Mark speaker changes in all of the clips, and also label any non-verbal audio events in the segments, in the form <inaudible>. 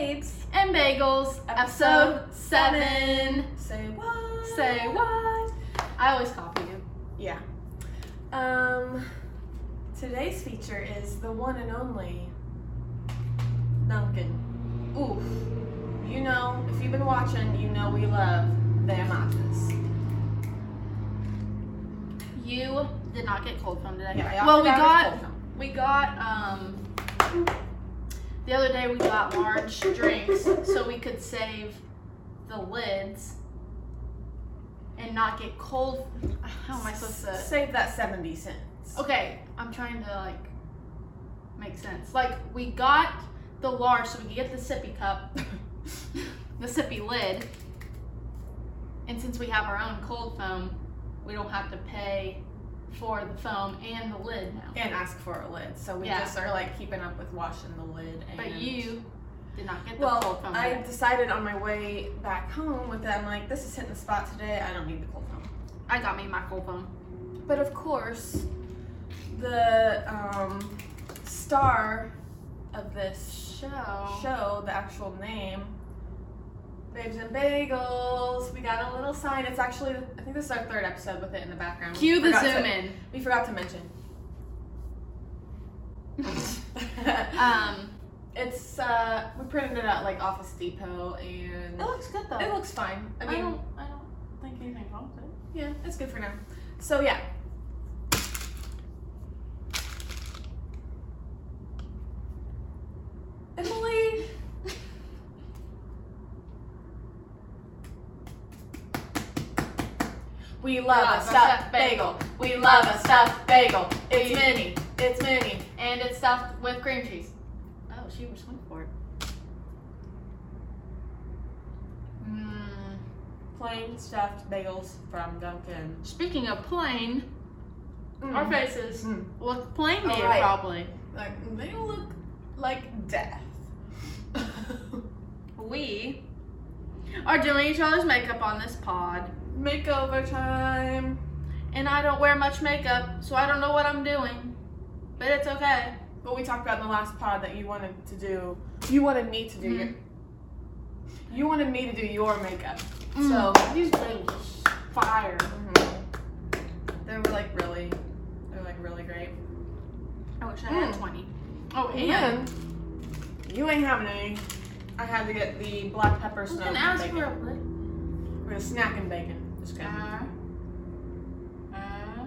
Speaker 1: and Bagels, episode,
Speaker 2: Episode
Speaker 1: seven.
Speaker 2: Say what?
Speaker 1: Say what? I always copy you.
Speaker 2: Yeah. Um, today's feature is the one and only Duncan. Oof. You know, if you've been watching, you know we love them office.
Speaker 1: You did not get cold phone today.
Speaker 2: Yeah, I
Speaker 1: well, we
Speaker 2: often
Speaker 1: got
Speaker 2: have a cold phone.
Speaker 1: we got um the other day we got large drinks so we could save the lids and not get cold. How am I supposed to?
Speaker 2: save that seventy cents?
Speaker 1: Okay, I'm trying to like make sense. Like we got the large so we could get the sippy cup, <laughs> the sippy lid, and since we have our own cold foam, we don't have to pay for the foam and the lid now.
Speaker 2: And ask for a lid. So we
Speaker 1: Yeah.
Speaker 2: just are like keeping up with washing the lid. And
Speaker 1: But you did not get the
Speaker 2: Well,
Speaker 1: cold foam.
Speaker 2: I
Speaker 1: today.
Speaker 2: decided on my way back home with that. I'm like, this is hitting the spot today. I don't need the cold foam.
Speaker 1: I got me my cold foam.
Speaker 2: But of course, the um, star of this
Speaker 1: Show.
Speaker 2: show, the actual name, Babes and Bagels, we got a little sign. It's actually, I think this is our third episode with it in the background.
Speaker 1: Cue the
Speaker 2: Forgot
Speaker 1: zoom
Speaker 2: to-
Speaker 1: in.
Speaker 2: We forgot to mention. <laughs>
Speaker 1: <laughs> um,
Speaker 2: it's, uh, we printed it at like Office Depot and
Speaker 1: it looks good though.
Speaker 2: it looks fine. I
Speaker 1: I,
Speaker 2: mean,
Speaker 1: don't. I don't think anything wrong with it.
Speaker 2: yeah, it's good for now. So, yeah. Emily! We love a stuffed bagel. We love a stuffed bagel. It's mini. It's mini.
Speaker 1: And it's stuffed with cream cheese. Oh, she just went for it. Mm,
Speaker 2: Plain stuffed bagels from Dunkin'.
Speaker 1: speaking of plain, our faces
Speaker 2: Mm.
Speaker 1: look plain to
Speaker 2: All
Speaker 1: you,
Speaker 2: right.
Speaker 1: probably.
Speaker 2: Like, they look like
Speaker 1: <laughs>
Speaker 2: death.
Speaker 1: We are doing each other's makeup on this pod,
Speaker 2: Makeover time.
Speaker 1: and I don't wear much makeup, so I don't know what I'm doing, but it's okay.
Speaker 2: What we talked about in the last pod that you wanted to do, you wanted me to do
Speaker 1: Mhm.
Speaker 2: your, you wanted me to do your makeup.
Speaker 1: So Hmm. these bagels are fire.
Speaker 2: Mm-hmm. They were like really, they were like really great.
Speaker 1: I wish I had
Speaker 2: Mm.
Speaker 1: 20. Oh, and
Speaker 2: And you ain't having any. I had to get the black pepper
Speaker 1: I was
Speaker 2: snow.
Speaker 1: gonna ask
Speaker 2: bacon.
Speaker 1: for a lip.
Speaker 2: We're gonna snack and bacon. Just kidding.
Speaker 1: Uh, uh,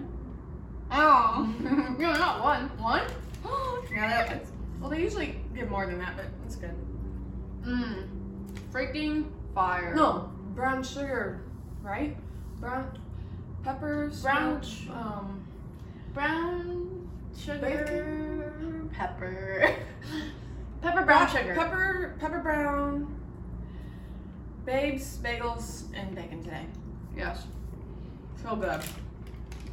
Speaker 1: oh, <laughs> no, not one. <gasps> One?
Speaker 2: yeah, that was- well, they usually give more than that, but it's good.
Speaker 1: Mmm. Freaking fire.
Speaker 2: No, brown sugar, right? Brown peppers.
Speaker 1: Brown,
Speaker 2: snow-
Speaker 1: sh-
Speaker 2: Um,
Speaker 1: brown sugar.
Speaker 2: bacon.
Speaker 1: <laughs> Pepper. Pepper brown
Speaker 2: Black
Speaker 1: sugar.
Speaker 2: Pepper, pepper brown. Babes, bagels, and bacon today.
Speaker 1: yes.
Speaker 2: So good.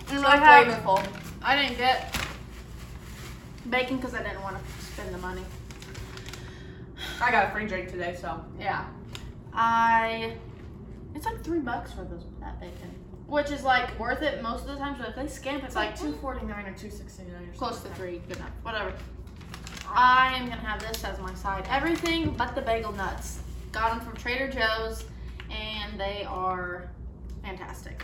Speaker 1: And
Speaker 2: so
Speaker 1: I have.
Speaker 2: flavorful.
Speaker 1: I didn't get bacon because I didn't want to spend the money.
Speaker 2: I got a free drink today, so
Speaker 1: Yeah. I. It's like three bucks for those that bacon, which is like worth it most of the time. But if they scamp, it's like two
Speaker 2: forty nine or two sixty nine or
Speaker 1: Close to three, good enough. Whatever. I am gonna have this as my side. Everything but the bagel nuts. Got them from Trader Joe's, and they are fantastic.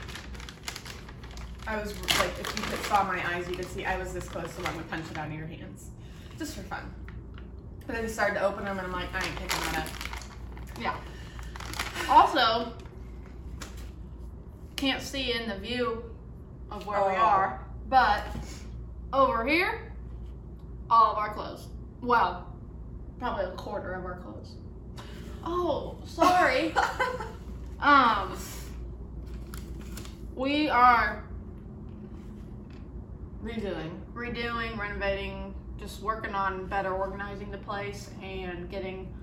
Speaker 2: I was like, if you could saw my eyes, you could see I was this close to wanting to punch it out of your hands, just for fun. But I just started to open them, and I'm like, I ain't picking that up.
Speaker 1: Also, can't see in the view of where we
Speaker 2: Oh.
Speaker 1: are, but over here, all of our clothes. Well, probably a quarter of our clothes. Oh,
Speaker 2: <laughs>
Speaker 1: sorry. Um, we are
Speaker 2: Redoing.
Speaker 1: redoing, renovating, just working on better organizing the place and getting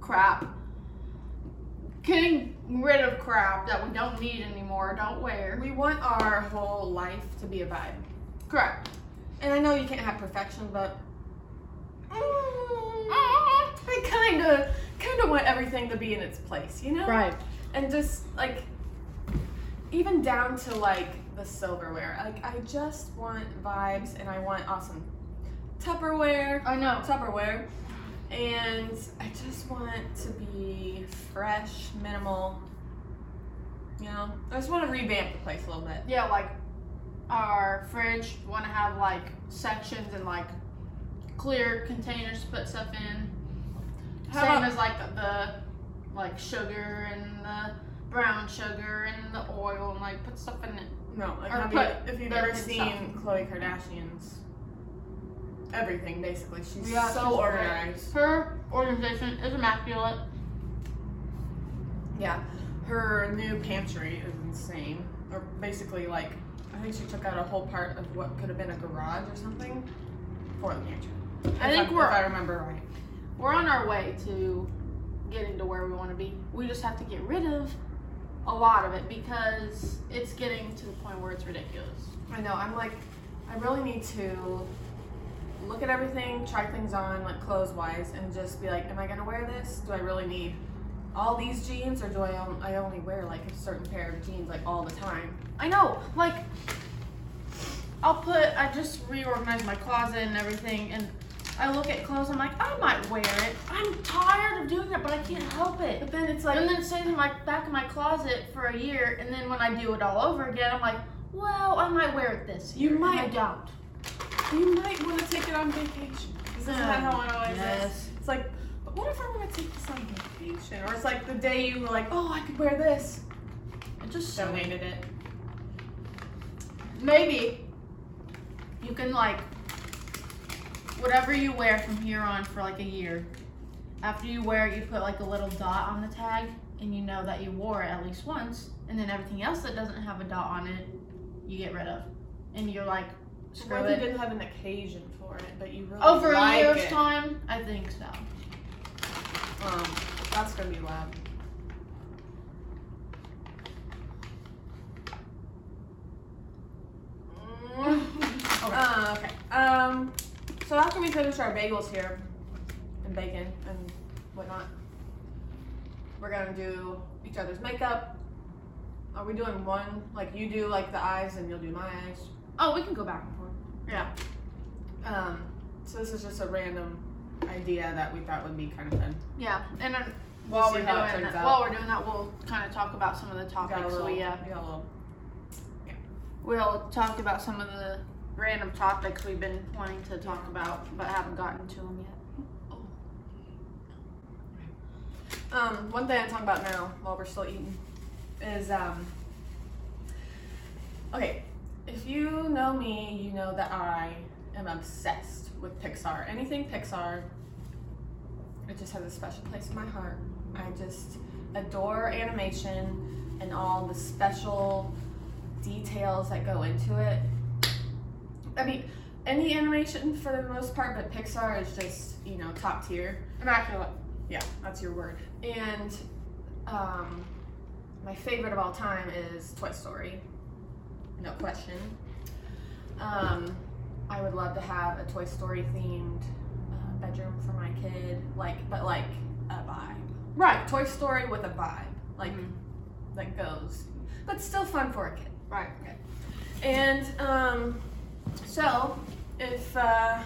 Speaker 1: crap, getting rid of crap that we don't need anymore, don't wear.
Speaker 2: We want our whole life to be a vibe,
Speaker 1: Correct.
Speaker 2: and I know you can't have perfection, but
Speaker 1: Mm.
Speaker 2: I kind of, kind of want everything to be in its place, you know?
Speaker 1: Right.
Speaker 2: And just like, even down to like the silverware. Like, I just want vibes, and I want awesome Tupperware,
Speaker 1: I know.
Speaker 2: Tupperware, And I just want to be fresh, minimal. You know, I just want to revamp the place a little bit.
Speaker 1: Yeah, like our fridge. Want to have like sections and like clear containers to put stuff in.
Speaker 2: How
Speaker 1: Same
Speaker 2: about-
Speaker 1: as like the like sugar and the brown sugar and the oil and like put stuff in it.
Speaker 2: No, like
Speaker 1: Or
Speaker 2: have
Speaker 1: put
Speaker 2: you, if you've
Speaker 1: their
Speaker 2: ever
Speaker 1: good
Speaker 2: seen
Speaker 1: stuff.
Speaker 2: Khloe Kardashian's everything, basically, she's
Speaker 1: Yeah,
Speaker 2: so
Speaker 1: she's great.
Speaker 2: organized.
Speaker 1: Her organization is immaculate.
Speaker 2: Yeah, her new pantry is insane. Or basically, like I think she took out a whole part of what could have been a garage or something for the pantry.
Speaker 1: I
Speaker 2: If
Speaker 1: think
Speaker 2: if
Speaker 1: we're-
Speaker 2: I remember right.
Speaker 1: We're on our way to getting to where we want to be. We just have to get rid of a lot of it because it's getting to the point where it's ridiculous.
Speaker 2: I know. I'm like, I really need to look at everything, try things on, like clothes wise, and just be like, am I gonna wear this? Do I really need all these jeans, or do I on- I only wear like a certain pair of jeans like all the time?
Speaker 1: I know, like, I'll put, I just reorganized my closet and everything, and I look at clothes, I'm like, I might wear it. I'm tired of doing that, but I can't help it.
Speaker 2: But then it's like,
Speaker 1: And then it stays in my back of my closet for a year, and then when I do it all over again, I'm like, well, I might wear it this
Speaker 2: You
Speaker 1: year. and
Speaker 2: might.
Speaker 1: I don't.
Speaker 2: you might want to take it on vacation. Isn't that how it always is? It's like, but what if I want to take this on vacation? Or it's like the day you were like, oh, I could wear this.
Speaker 1: It just so
Speaker 2: Donated it.
Speaker 1: maybe you can like whatever you wear from here on for like a year after you wear it you put like a little dot on the tag and you know that you wore it at least once and then everything else that doesn't have a dot on it you get rid of and you're like screw
Speaker 2: What if you
Speaker 1: it
Speaker 2: didn't have an occasion for it, but you really
Speaker 1: over
Speaker 2: like
Speaker 1: a year's
Speaker 2: it?
Speaker 1: time i think <laughs> so
Speaker 2: Um, that's gonna be loud.
Speaker 1: Okay.
Speaker 2: Uh, okay. Um, so after we finish our bagels here and bacon and whatnot, we're gonna do each other's makeup. Are we doing one? Like you do like the eyes and you'll do my eyes.
Speaker 1: oh we can go back and forth
Speaker 2: Um, so this is just a random idea that we thought would be kind of fun.
Speaker 1: yeah and uh, then
Speaker 2: We'll
Speaker 1: while
Speaker 2: see
Speaker 1: we're doing
Speaker 2: how it
Speaker 1: that,
Speaker 2: turns out.
Speaker 1: while we're doing that we'll kind of talk about some of the
Speaker 2: We got a
Speaker 1: topics
Speaker 2: little-
Speaker 1: we uh,
Speaker 2: we got a little-
Speaker 1: We'll talk about some of the random topics we've been wanting to talk about, but haven't gotten to them yet.
Speaker 2: Um, one thing I'm talking about now while we're still eating is um okay, if you know me, you know that I am obsessed with Pixar. Anything Pixar, it just has a special place in my heart. I just adore animation and all the special details that go into it. I mean, any animation for the most part, but Pixar is just, you know, top tier.
Speaker 1: Immaculate.
Speaker 2: Yeah, that's your word. And um, my favorite of all time is Toy Story. No question. Um, I would love to have a Toy Story themed uh, bedroom for my kid, like, but like a vibe.
Speaker 1: Right.
Speaker 2: Toy Story with a vibe, like
Speaker 1: Mhm.
Speaker 2: that goes, but still fun for a kid.
Speaker 1: Right.
Speaker 2: And um, so, if uh,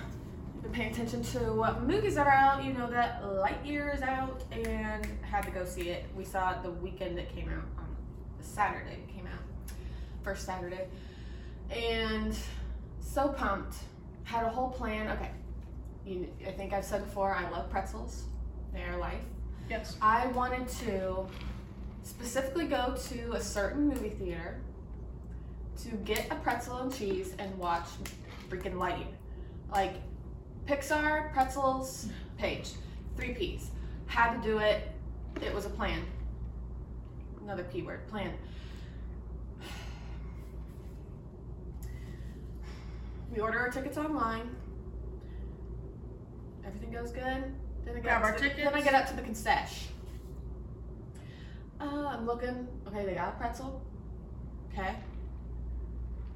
Speaker 2: you've been paying attention to what movies are out, you know that Lightyear is out, and had to go see it. We saw it the weekend it came out, on the Saturday it came out, first Saturday, and so pumped. Had a whole plan. Okay, you, I think I've said before. I love pretzels. They are life.
Speaker 1: Yes.
Speaker 2: I wanted to specifically go to a certain movie theater to get a pretzel and cheese and watch freaking Lightyear. Like Pixar, pretzels, page, three P's. Had to do it. It was a plan. Another P word, plan. We order our tickets online. Everything goes good. Then I get
Speaker 1: Grab
Speaker 2: up
Speaker 1: our
Speaker 2: to the- Then I
Speaker 1: tickets.
Speaker 2: get up to the concession. Uh, I'm looking. Okay, they got a pretzel. Okay.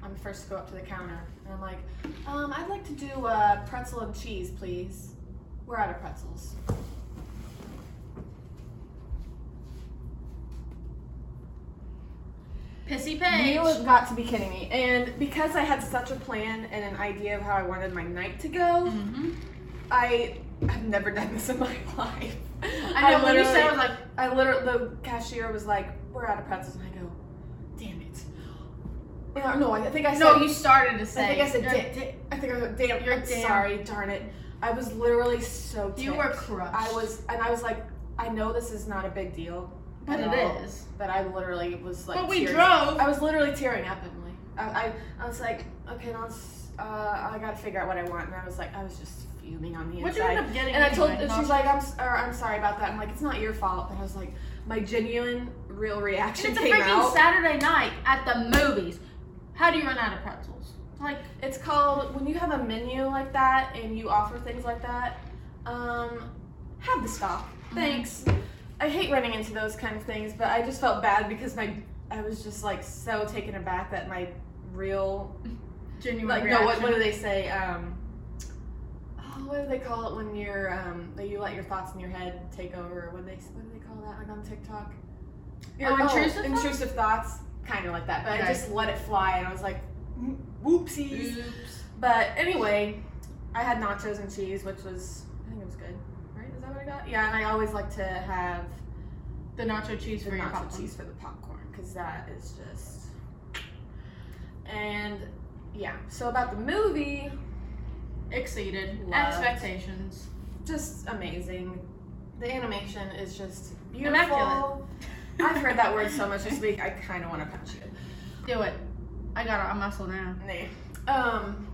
Speaker 2: I'm the first to go up to the counter, and I'm like, um, I'd like to do a pretzel and cheese, please. We're out of pretzels.
Speaker 1: Pissy
Speaker 2: You
Speaker 1: page.
Speaker 2: have got to be kidding me. And because I had such a plan and an idea of how I wanted my night to go,
Speaker 1: Mm-hmm.
Speaker 2: I I've never done this in my <laughs> life.
Speaker 1: I know when you said I was like,
Speaker 2: I literally, the cashier was like, "We're out of pretzels," and I go, "Damn it!" No, no, I think I said.
Speaker 1: no, you started to say.
Speaker 2: I think I said,
Speaker 1: You're-
Speaker 2: "Damn." da- I think I was "Damn."
Speaker 1: You're
Speaker 2: I'm
Speaker 1: damn.
Speaker 2: sorry, darn it. I was literally so. Ticked.
Speaker 1: You were crushed.
Speaker 2: I was, and I was like, I know this is not a big deal,
Speaker 1: but
Speaker 2: at all.
Speaker 1: it is.
Speaker 2: but I literally was like.
Speaker 1: but we
Speaker 2: tearing-
Speaker 1: drove.
Speaker 2: I was literally tearing up, Emily. I, I, I was like, okay, now it's, uh, I gotta figure out what I want, and I was like, I was just fuming on the
Speaker 1: What'd you
Speaker 2: inside.
Speaker 1: end up getting?
Speaker 2: And I told,
Speaker 1: anyway?
Speaker 2: and she's like, I'm, s- or, I'm sorry about that. I'm like, it's not your fault. And I was like, my genuine, real
Speaker 1: And
Speaker 2: reaction
Speaker 1: it's a
Speaker 2: came
Speaker 1: freaking
Speaker 2: out.
Speaker 1: Saturday night at the movies. How do you run out of pretzels? Like,
Speaker 2: it's called when you have a menu like that and you offer things like that. Um, have the stock.
Speaker 1: Mm-hmm.
Speaker 2: Thanks. I hate running into those kind of things, but I just felt bad because my, I was just like so taken aback that my real
Speaker 1: genuine
Speaker 2: like
Speaker 1: reaction.
Speaker 2: no what, what do they say um oh, what do they call it when you're um that you let your thoughts in your head take over what do they what do they call that like on tiktok
Speaker 1: Oh, intrusive thoughts?
Speaker 2: intrusive thoughts kind of like that but i
Speaker 1: Okay. Mm.
Speaker 2: just let it fly and i was like "Mm, whoopsies but anyway i had nachos and cheese which was i think it was good right is that what i got yeah and i always like to have
Speaker 1: The nacho cheese
Speaker 2: the
Speaker 1: for your
Speaker 2: nacho
Speaker 1: popcorn.
Speaker 2: cheese for the popcorn because that is just and yeah so about the movie
Speaker 1: Exceeded
Speaker 2: Loved.
Speaker 1: expectations.
Speaker 2: just amazing. The animation is just beautiful.
Speaker 1: Immaculate.
Speaker 2: I've heard that
Speaker 1: <laughs>
Speaker 2: word so much this week. I kind of want to punch you.
Speaker 1: Do it. I got a muscle now.
Speaker 2: Nah. Um.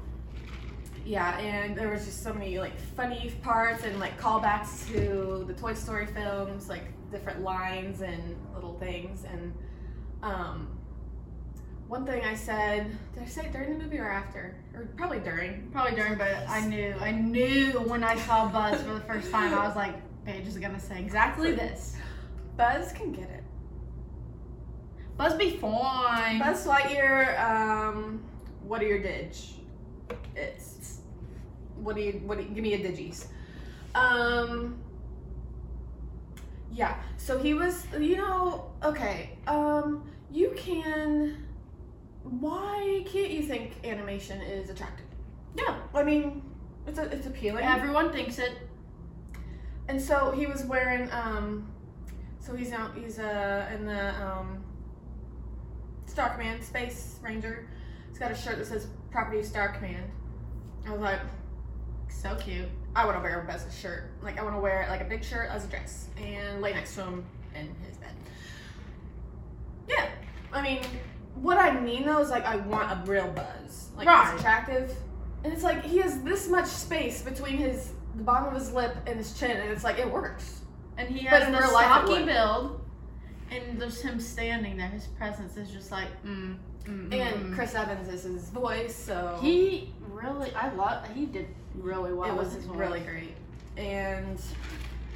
Speaker 2: Yeah, and there was just so many like funny parts and like callbacks to the Toy Story films, like different lines and little things. And um, one thing I said, did I say it during the movie or after? Or probably during.
Speaker 1: Probably during, but I knew. I knew when I saw Buzz for the first time. I was like, Paige is gonna say exactly this.
Speaker 2: Buzz can get it.
Speaker 1: Buzz be fine.
Speaker 2: Buzz Lightyear, um, what are your didge? It's what do you what do you, give me a digis? Um, yeah. So he was, you know, okay. Um, you can. Why can't you think animation is attractive?
Speaker 1: Yeah.
Speaker 2: I mean, it's a, it's appealing.
Speaker 1: Everyone thinks it.
Speaker 2: And so he was wearing um so he's out he's uh in the um Stark Man, Space Ranger. He's got a shirt that says Property of Stark Man. I was like,
Speaker 1: So cute.
Speaker 2: I wanna wear him as a shirt. Like I wanna wear like a big shirt as a dress and lay next to him in his bed. Yeah. I mean what I mean though is like I want a real buzz. Like
Speaker 1: Right.
Speaker 2: it's attractive. And it's like he has this much space between his the bottom of his lip and his chin and it's like it works.
Speaker 1: And he
Speaker 2: But
Speaker 1: has
Speaker 2: in
Speaker 1: the
Speaker 2: real life, it
Speaker 1: stocky
Speaker 2: would.
Speaker 1: build, and just him standing there. His presence is just like, mm, mm, mm,
Speaker 2: And
Speaker 1: mm.
Speaker 2: Chris Evans is his voice, so
Speaker 1: He really, I love. He did really well.
Speaker 2: it
Speaker 1: with
Speaker 2: was
Speaker 1: his voice.
Speaker 2: really great. And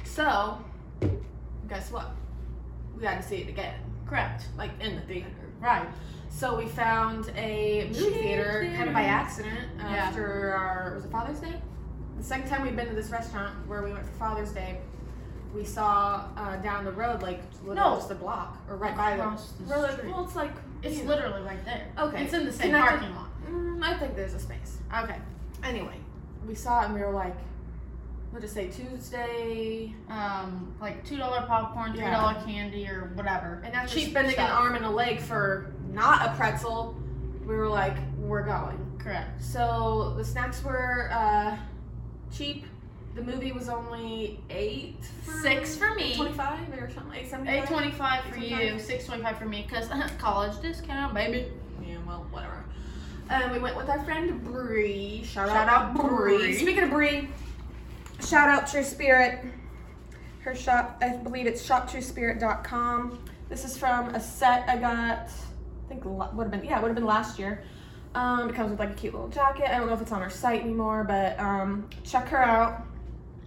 Speaker 2: so, guess what? We got to see it again,
Speaker 1: correct.
Speaker 2: like in the theater.
Speaker 1: Right.
Speaker 2: So we found a movie
Speaker 1: Movie
Speaker 2: theater kind of by
Speaker 1: theater.
Speaker 2: accident
Speaker 1: Yeah.
Speaker 2: after our was it Father's Day? The second time we'd been to this restaurant where we went for Father's Day, we saw uh, down the road, like literally
Speaker 1: No.
Speaker 2: just a block or right by the.
Speaker 1: Across the
Speaker 2: We're like,
Speaker 1: street.
Speaker 2: well, it's like
Speaker 1: It's
Speaker 2: you know.
Speaker 1: literally right there.
Speaker 2: okay.
Speaker 1: It's in the same
Speaker 2: Can I-
Speaker 1: parking lot.
Speaker 2: Mm, I think there's a space.
Speaker 1: Okay.
Speaker 2: Anyway, we saw it and we were like, what did it say, Tuesday?
Speaker 1: Um, like two dollar popcorn, three
Speaker 2: Yeah.
Speaker 1: dollar candy, or whatever.
Speaker 2: And after
Speaker 1: Cheap
Speaker 2: spending an
Speaker 1: stuff.
Speaker 2: arm and a leg for not a pretzel, we were like, we're going.
Speaker 1: Correct.
Speaker 2: So the snacks were uh, cheap. The movie was only eight.
Speaker 1: Six for me.
Speaker 2: Twenty-five or something. Eight
Speaker 1: Eight
Speaker 2: seventy-five.
Speaker 1: twenty-five for you,
Speaker 2: 25.
Speaker 1: six twenty-five for me, cause <laughs> college discount, baby. <laughs>
Speaker 2: Yeah, well, whatever. Um, we went with our friend Bree. Shout,
Speaker 1: Shout
Speaker 2: out,
Speaker 1: out
Speaker 2: Bree.
Speaker 1: Bree.
Speaker 2: Speaking of Bree, shout out True Spirit. Her shop, I believe it's shoptruespirit.com. This is from a set I got. I think would have been yeah, would have been last year. Um, it comes with like a cute little jacket. I don't know if it's on her site anymore, but um, check her out.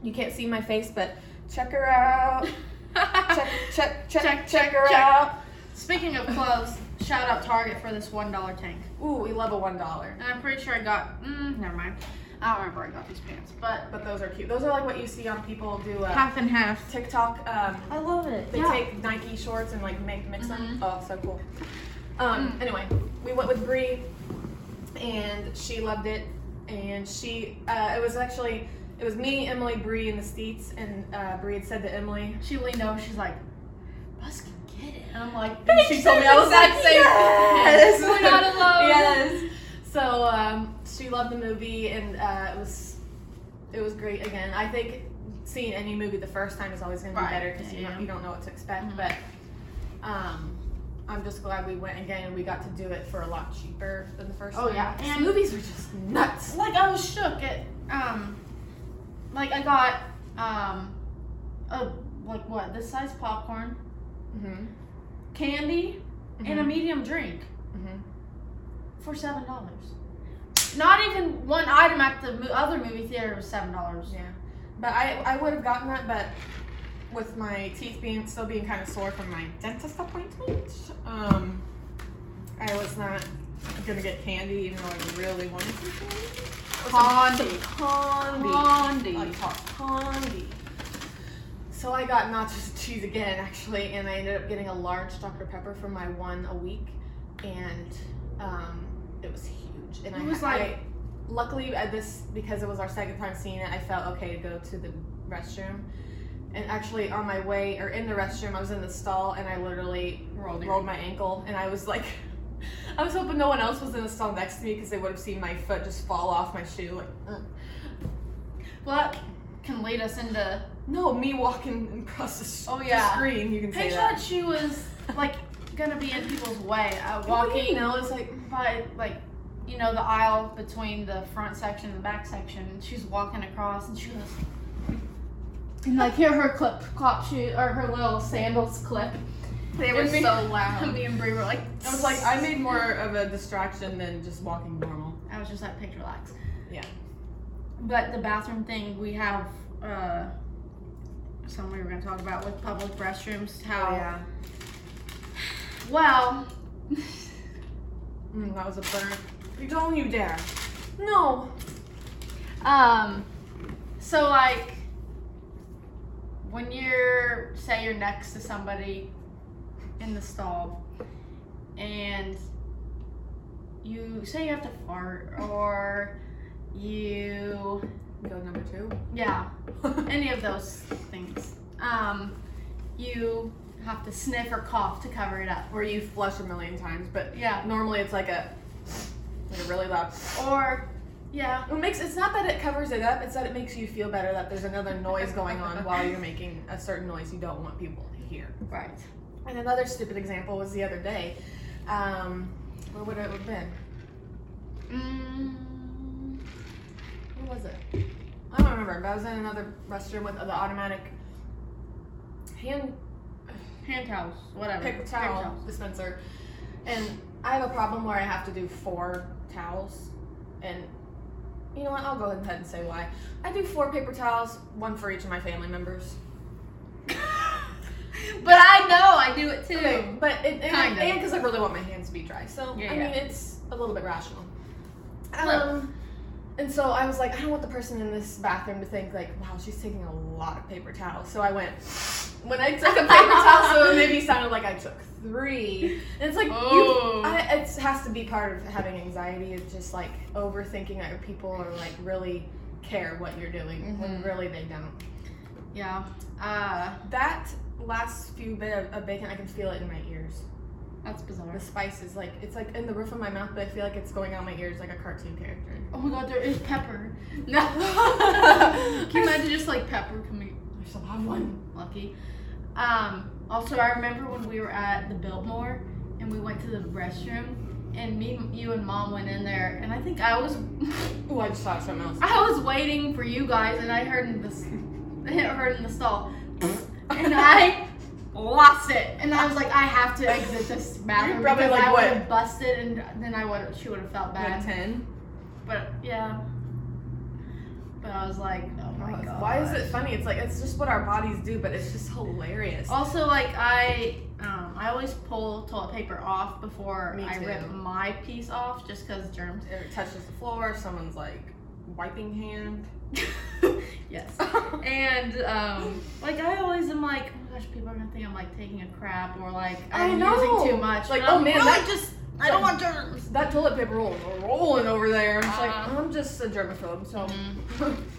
Speaker 2: You can't see my face, but check her
Speaker 1: <laughs>
Speaker 2: out. Check, check, check, check,
Speaker 1: Check,
Speaker 2: her
Speaker 1: check.
Speaker 2: out.
Speaker 1: Speaking of clothes, shout out Target for this one dollar tank.
Speaker 2: Ooh, we love a one dollar.
Speaker 1: And I'm pretty sure I got. Mm, never mind. I don't remember where I got these pants, but
Speaker 2: But those are cute. Those are like what you see on people do uh,
Speaker 1: half and half.
Speaker 2: TikTok. Um,
Speaker 1: I love it.
Speaker 2: they take Nike shorts and like make mix them.
Speaker 1: Mhm.
Speaker 2: Oh, so cool. Um,
Speaker 1: Mm.
Speaker 2: Anyway, we went with Bree, and she loved it. And she, uh, it was actually It was me, Emily, Bree, and the Steets, and uh, Bree had said to Emily,
Speaker 1: She leaned over. She's like, "Buzz can get it," and I'm like,
Speaker 2: Bitch,
Speaker 1: "She told me I was
Speaker 2: like,
Speaker 1: like, saying,
Speaker 2: "Yes!"
Speaker 1: we're not <laughs> alone."
Speaker 2: yes. So um, she loved the movie, and uh, it was it was great. Again, I think seeing any movie the first time is always going to be
Speaker 1: Right.
Speaker 2: better because
Speaker 1: Yeah,
Speaker 2: you, don't-
Speaker 1: yeah.
Speaker 2: you don't know what to expect.
Speaker 1: Mhm.
Speaker 2: But um, I'm just glad we went again, and we got to do it for a lot cheaper than the first.
Speaker 1: Oh
Speaker 2: time.
Speaker 1: yeah,
Speaker 2: and
Speaker 1: and
Speaker 2: movies were just nuts.
Speaker 1: like I was shook at um like I got um a like what this size popcorn,
Speaker 2: Mm-hmm.
Speaker 1: candy, and a medium drink
Speaker 2: Mhm.
Speaker 1: for seven dollars. Not even one item at the mo- other movie theater was seven dollars.
Speaker 2: Yeah, but I I would have gotten that, but with my teeth being still being kind of sore from my dentist appointment, um, I was not gonna get candy even though I really wanted some candy. Or some- some Candy.
Speaker 1: Candy.
Speaker 2: Like hot candy. So I got nachos and cheese again, actually, and I ended up getting a large Dr Pepper for my one a week, and um, it was huge. And
Speaker 1: It
Speaker 2: I
Speaker 1: was
Speaker 2: ha-
Speaker 1: like-
Speaker 2: I- luckily at this because it was our second time seeing it, I felt okay to go to the restroom. And actually, on my way or in the restroom, I was in the stall and I literally
Speaker 1: Rolled it.
Speaker 2: rolled my ankle and I was like <laughs> I was hoping no one else was in the stall next to me because they would have seen my foot just fall off my shoe like "Ugh."
Speaker 1: Well, that can lead us into.
Speaker 2: no me walking across the, s-
Speaker 1: Oh,
Speaker 2: the
Speaker 1: yeah.
Speaker 2: screen you can say
Speaker 1: Picture
Speaker 2: that
Speaker 1: that she was like gonna be in people's way, uh,
Speaker 2: Well, you
Speaker 1: walking
Speaker 2: know it's like
Speaker 1: by like you know the aisle between the front section and the back section. And she's walking across, and she goes. And like hear her clip clop shoe or her little sandals clip.
Speaker 2: they
Speaker 1: were <laughs> so
Speaker 2: loud
Speaker 1: Me and Brie were like,
Speaker 2: I was like I made <laughs> more of a distraction than just walking normal
Speaker 1: I was just like, picture relax.
Speaker 2: Yeah.
Speaker 1: But the bathroom thing, we have uh, something we were gonna talk about with public restrooms. How
Speaker 2: Oh,
Speaker 1: well. <laughs>
Speaker 2: Mm, that was a burn you don't you dare no
Speaker 1: Um, so like when you're say you're next to somebody in the stall and you say you have to fart or you
Speaker 2: go number <laughs> two
Speaker 1: yeah any of those things um you have to sniff or cough to cover it up
Speaker 2: where you flush a million times but
Speaker 1: yeah
Speaker 2: normally it's like a like a really loud
Speaker 1: or yeah
Speaker 2: It makes it's not that it covers it up; it's that it makes you feel better that there's another noise going on while <laughs> you're making a certain noise you don't want people to hear.
Speaker 1: right
Speaker 2: And another stupid example was the other day. Um, where would it have been?
Speaker 1: mm,
Speaker 2: Where was it? I don't remember. But I was in another restroom with the automatic hand
Speaker 1: hand towels whatever
Speaker 2: pick towel dispenser, and I have a problem where I have to do four towels, and you know what? I'll go ahead and say why. I do four paper towels, one for each of my family members.
Speaker 1: <laughs> but I know I do it too.
Speaker 2: Okay, but it, and
Speaker 1: Kinda.
Speaker 2: and because I really want my hands to be dry, so
Speaker 1: Yeah,
Speaker 2: I mean
Speaker 1: yeah.
Speaker 2: it's a little bit rational.
Speaker 1: Look.
Speaker 2: Um, and so I was like, I don't want the person in this bathroom to think like, wow, she's taking a lot of paper towels. So I went when I took a
Speaker 1: <laughs>
Speaker 2: paper towel, so it maybe sounded like I took three. And it's like
Speaker 1: Oh.
Speaker 2: you, I, it has to be part of having anxiety. It's just like overthinking that people are like really care what you're doing when
Speaker 1: Mhm.
Speaker 2: really they don't.
Speaker 1: Yeah. Uh,
Speaker 2: That last few bit of, of bacon, I can feel it in my ears.
Speaker 1: that's bizarre.
Speaker 2: The spice is like it's like in the roof of my mouth, but I feel like it's going out my ears like a cartoon <laughs> character.
Speaker 1: Oh my god, there is pepper. <laughs> No. Can you imagine just like pepper coming?
Speaker 2: I still have one.
Speaker 1: Lucky. Um, also, I remember when we were at the Biltmore and we went to the restroom, and me, you, and mom went in there, and I think I was, <laughs>
Speaker 2: Oh, I just thought of something <laughs> else.
Speaker 1: I was waiting for you guys, and I heard in the, s- <laughs> I heard in the stall, and I lost it. And I was like, I have to exit this bathroom.
Speaker 2: You're probably
Speaker 1: because
Speaker 2: like,
Speaker 1: I
Speaker 2: what?
Speaker 1: would have busted, and then I would she would have felt
Speaker 2: Like
Speaker 1: bad.
Speaker 2: ten.
Speaker 1: But yeah. But I was like, oh my god.
Speaker 2: Why is it funny? It's like it's just what our bodies do, but it's just hilarious.
Speaker 1: Also, like I, um, I always pull toilet paper off before
Speaker 2: Me
Speaker 1: I
Speaker 2: too.
Speaker 1: rip my piece off, just cause germs. <laughs>
Speaker 2: It touches the floor. Someone's like wiping <laughs> hand.
Speaker 1: yes. And um, like I always am like, oh my gosh, people are gonna think I'm like taking a crap or like
Speaker 2: I
Speaker 1: I'm
Speaker 2: know.
Speaker 1: using too much.
Speaker 2: Like,
Speaker 1: But
Speaker 2: oh,
Speaker 1: I'm
Speaker 2: man,
Speaker 1: really
Speaker 2: that-
Speaker 1: just I don't want germs.
Speaker 2: that toilet paper roll rolling over there. It's like
Speaker 1: Uh-huh.
Speaker 2: I'm just a germaphobe, so.
Speaker 1: Mm.
Speaker 2: <laughs>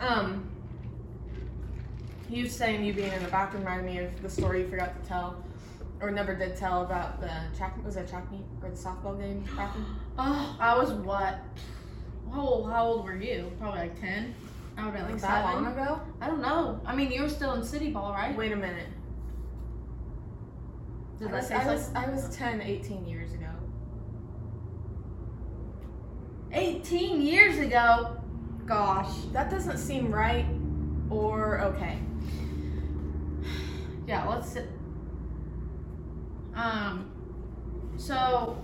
Speaker 2: Um, you saying you being in the bathroom reminded me of the story you forgot to tell, or never did tell about the track. Was that track meet or the softball <gasps> game? Bathroom?
Speaker 1: Oh, I was what? How old, how old were you? Probably like 10? I would have been like
Speaker 2: Like that long
Speaker 1: seven.
Speaker 2: ago?
Speaker 1: I don't know. I mean, you were still in City Ball, right?
Speaker 2: Wait a minute. I
Speaker 1: Did that
Speaker 2: was,
Speaker 1: say
Speaker 2: I, was,
Speaker 1: something?
Speaker 2: I was 10, 18 years ago.
Speaker 1: 18 years ago? Gosh.
Speaker 2: That doesn't seem right or <laughs> okay.
Speaker 1: Yeah, let's sit. Um, so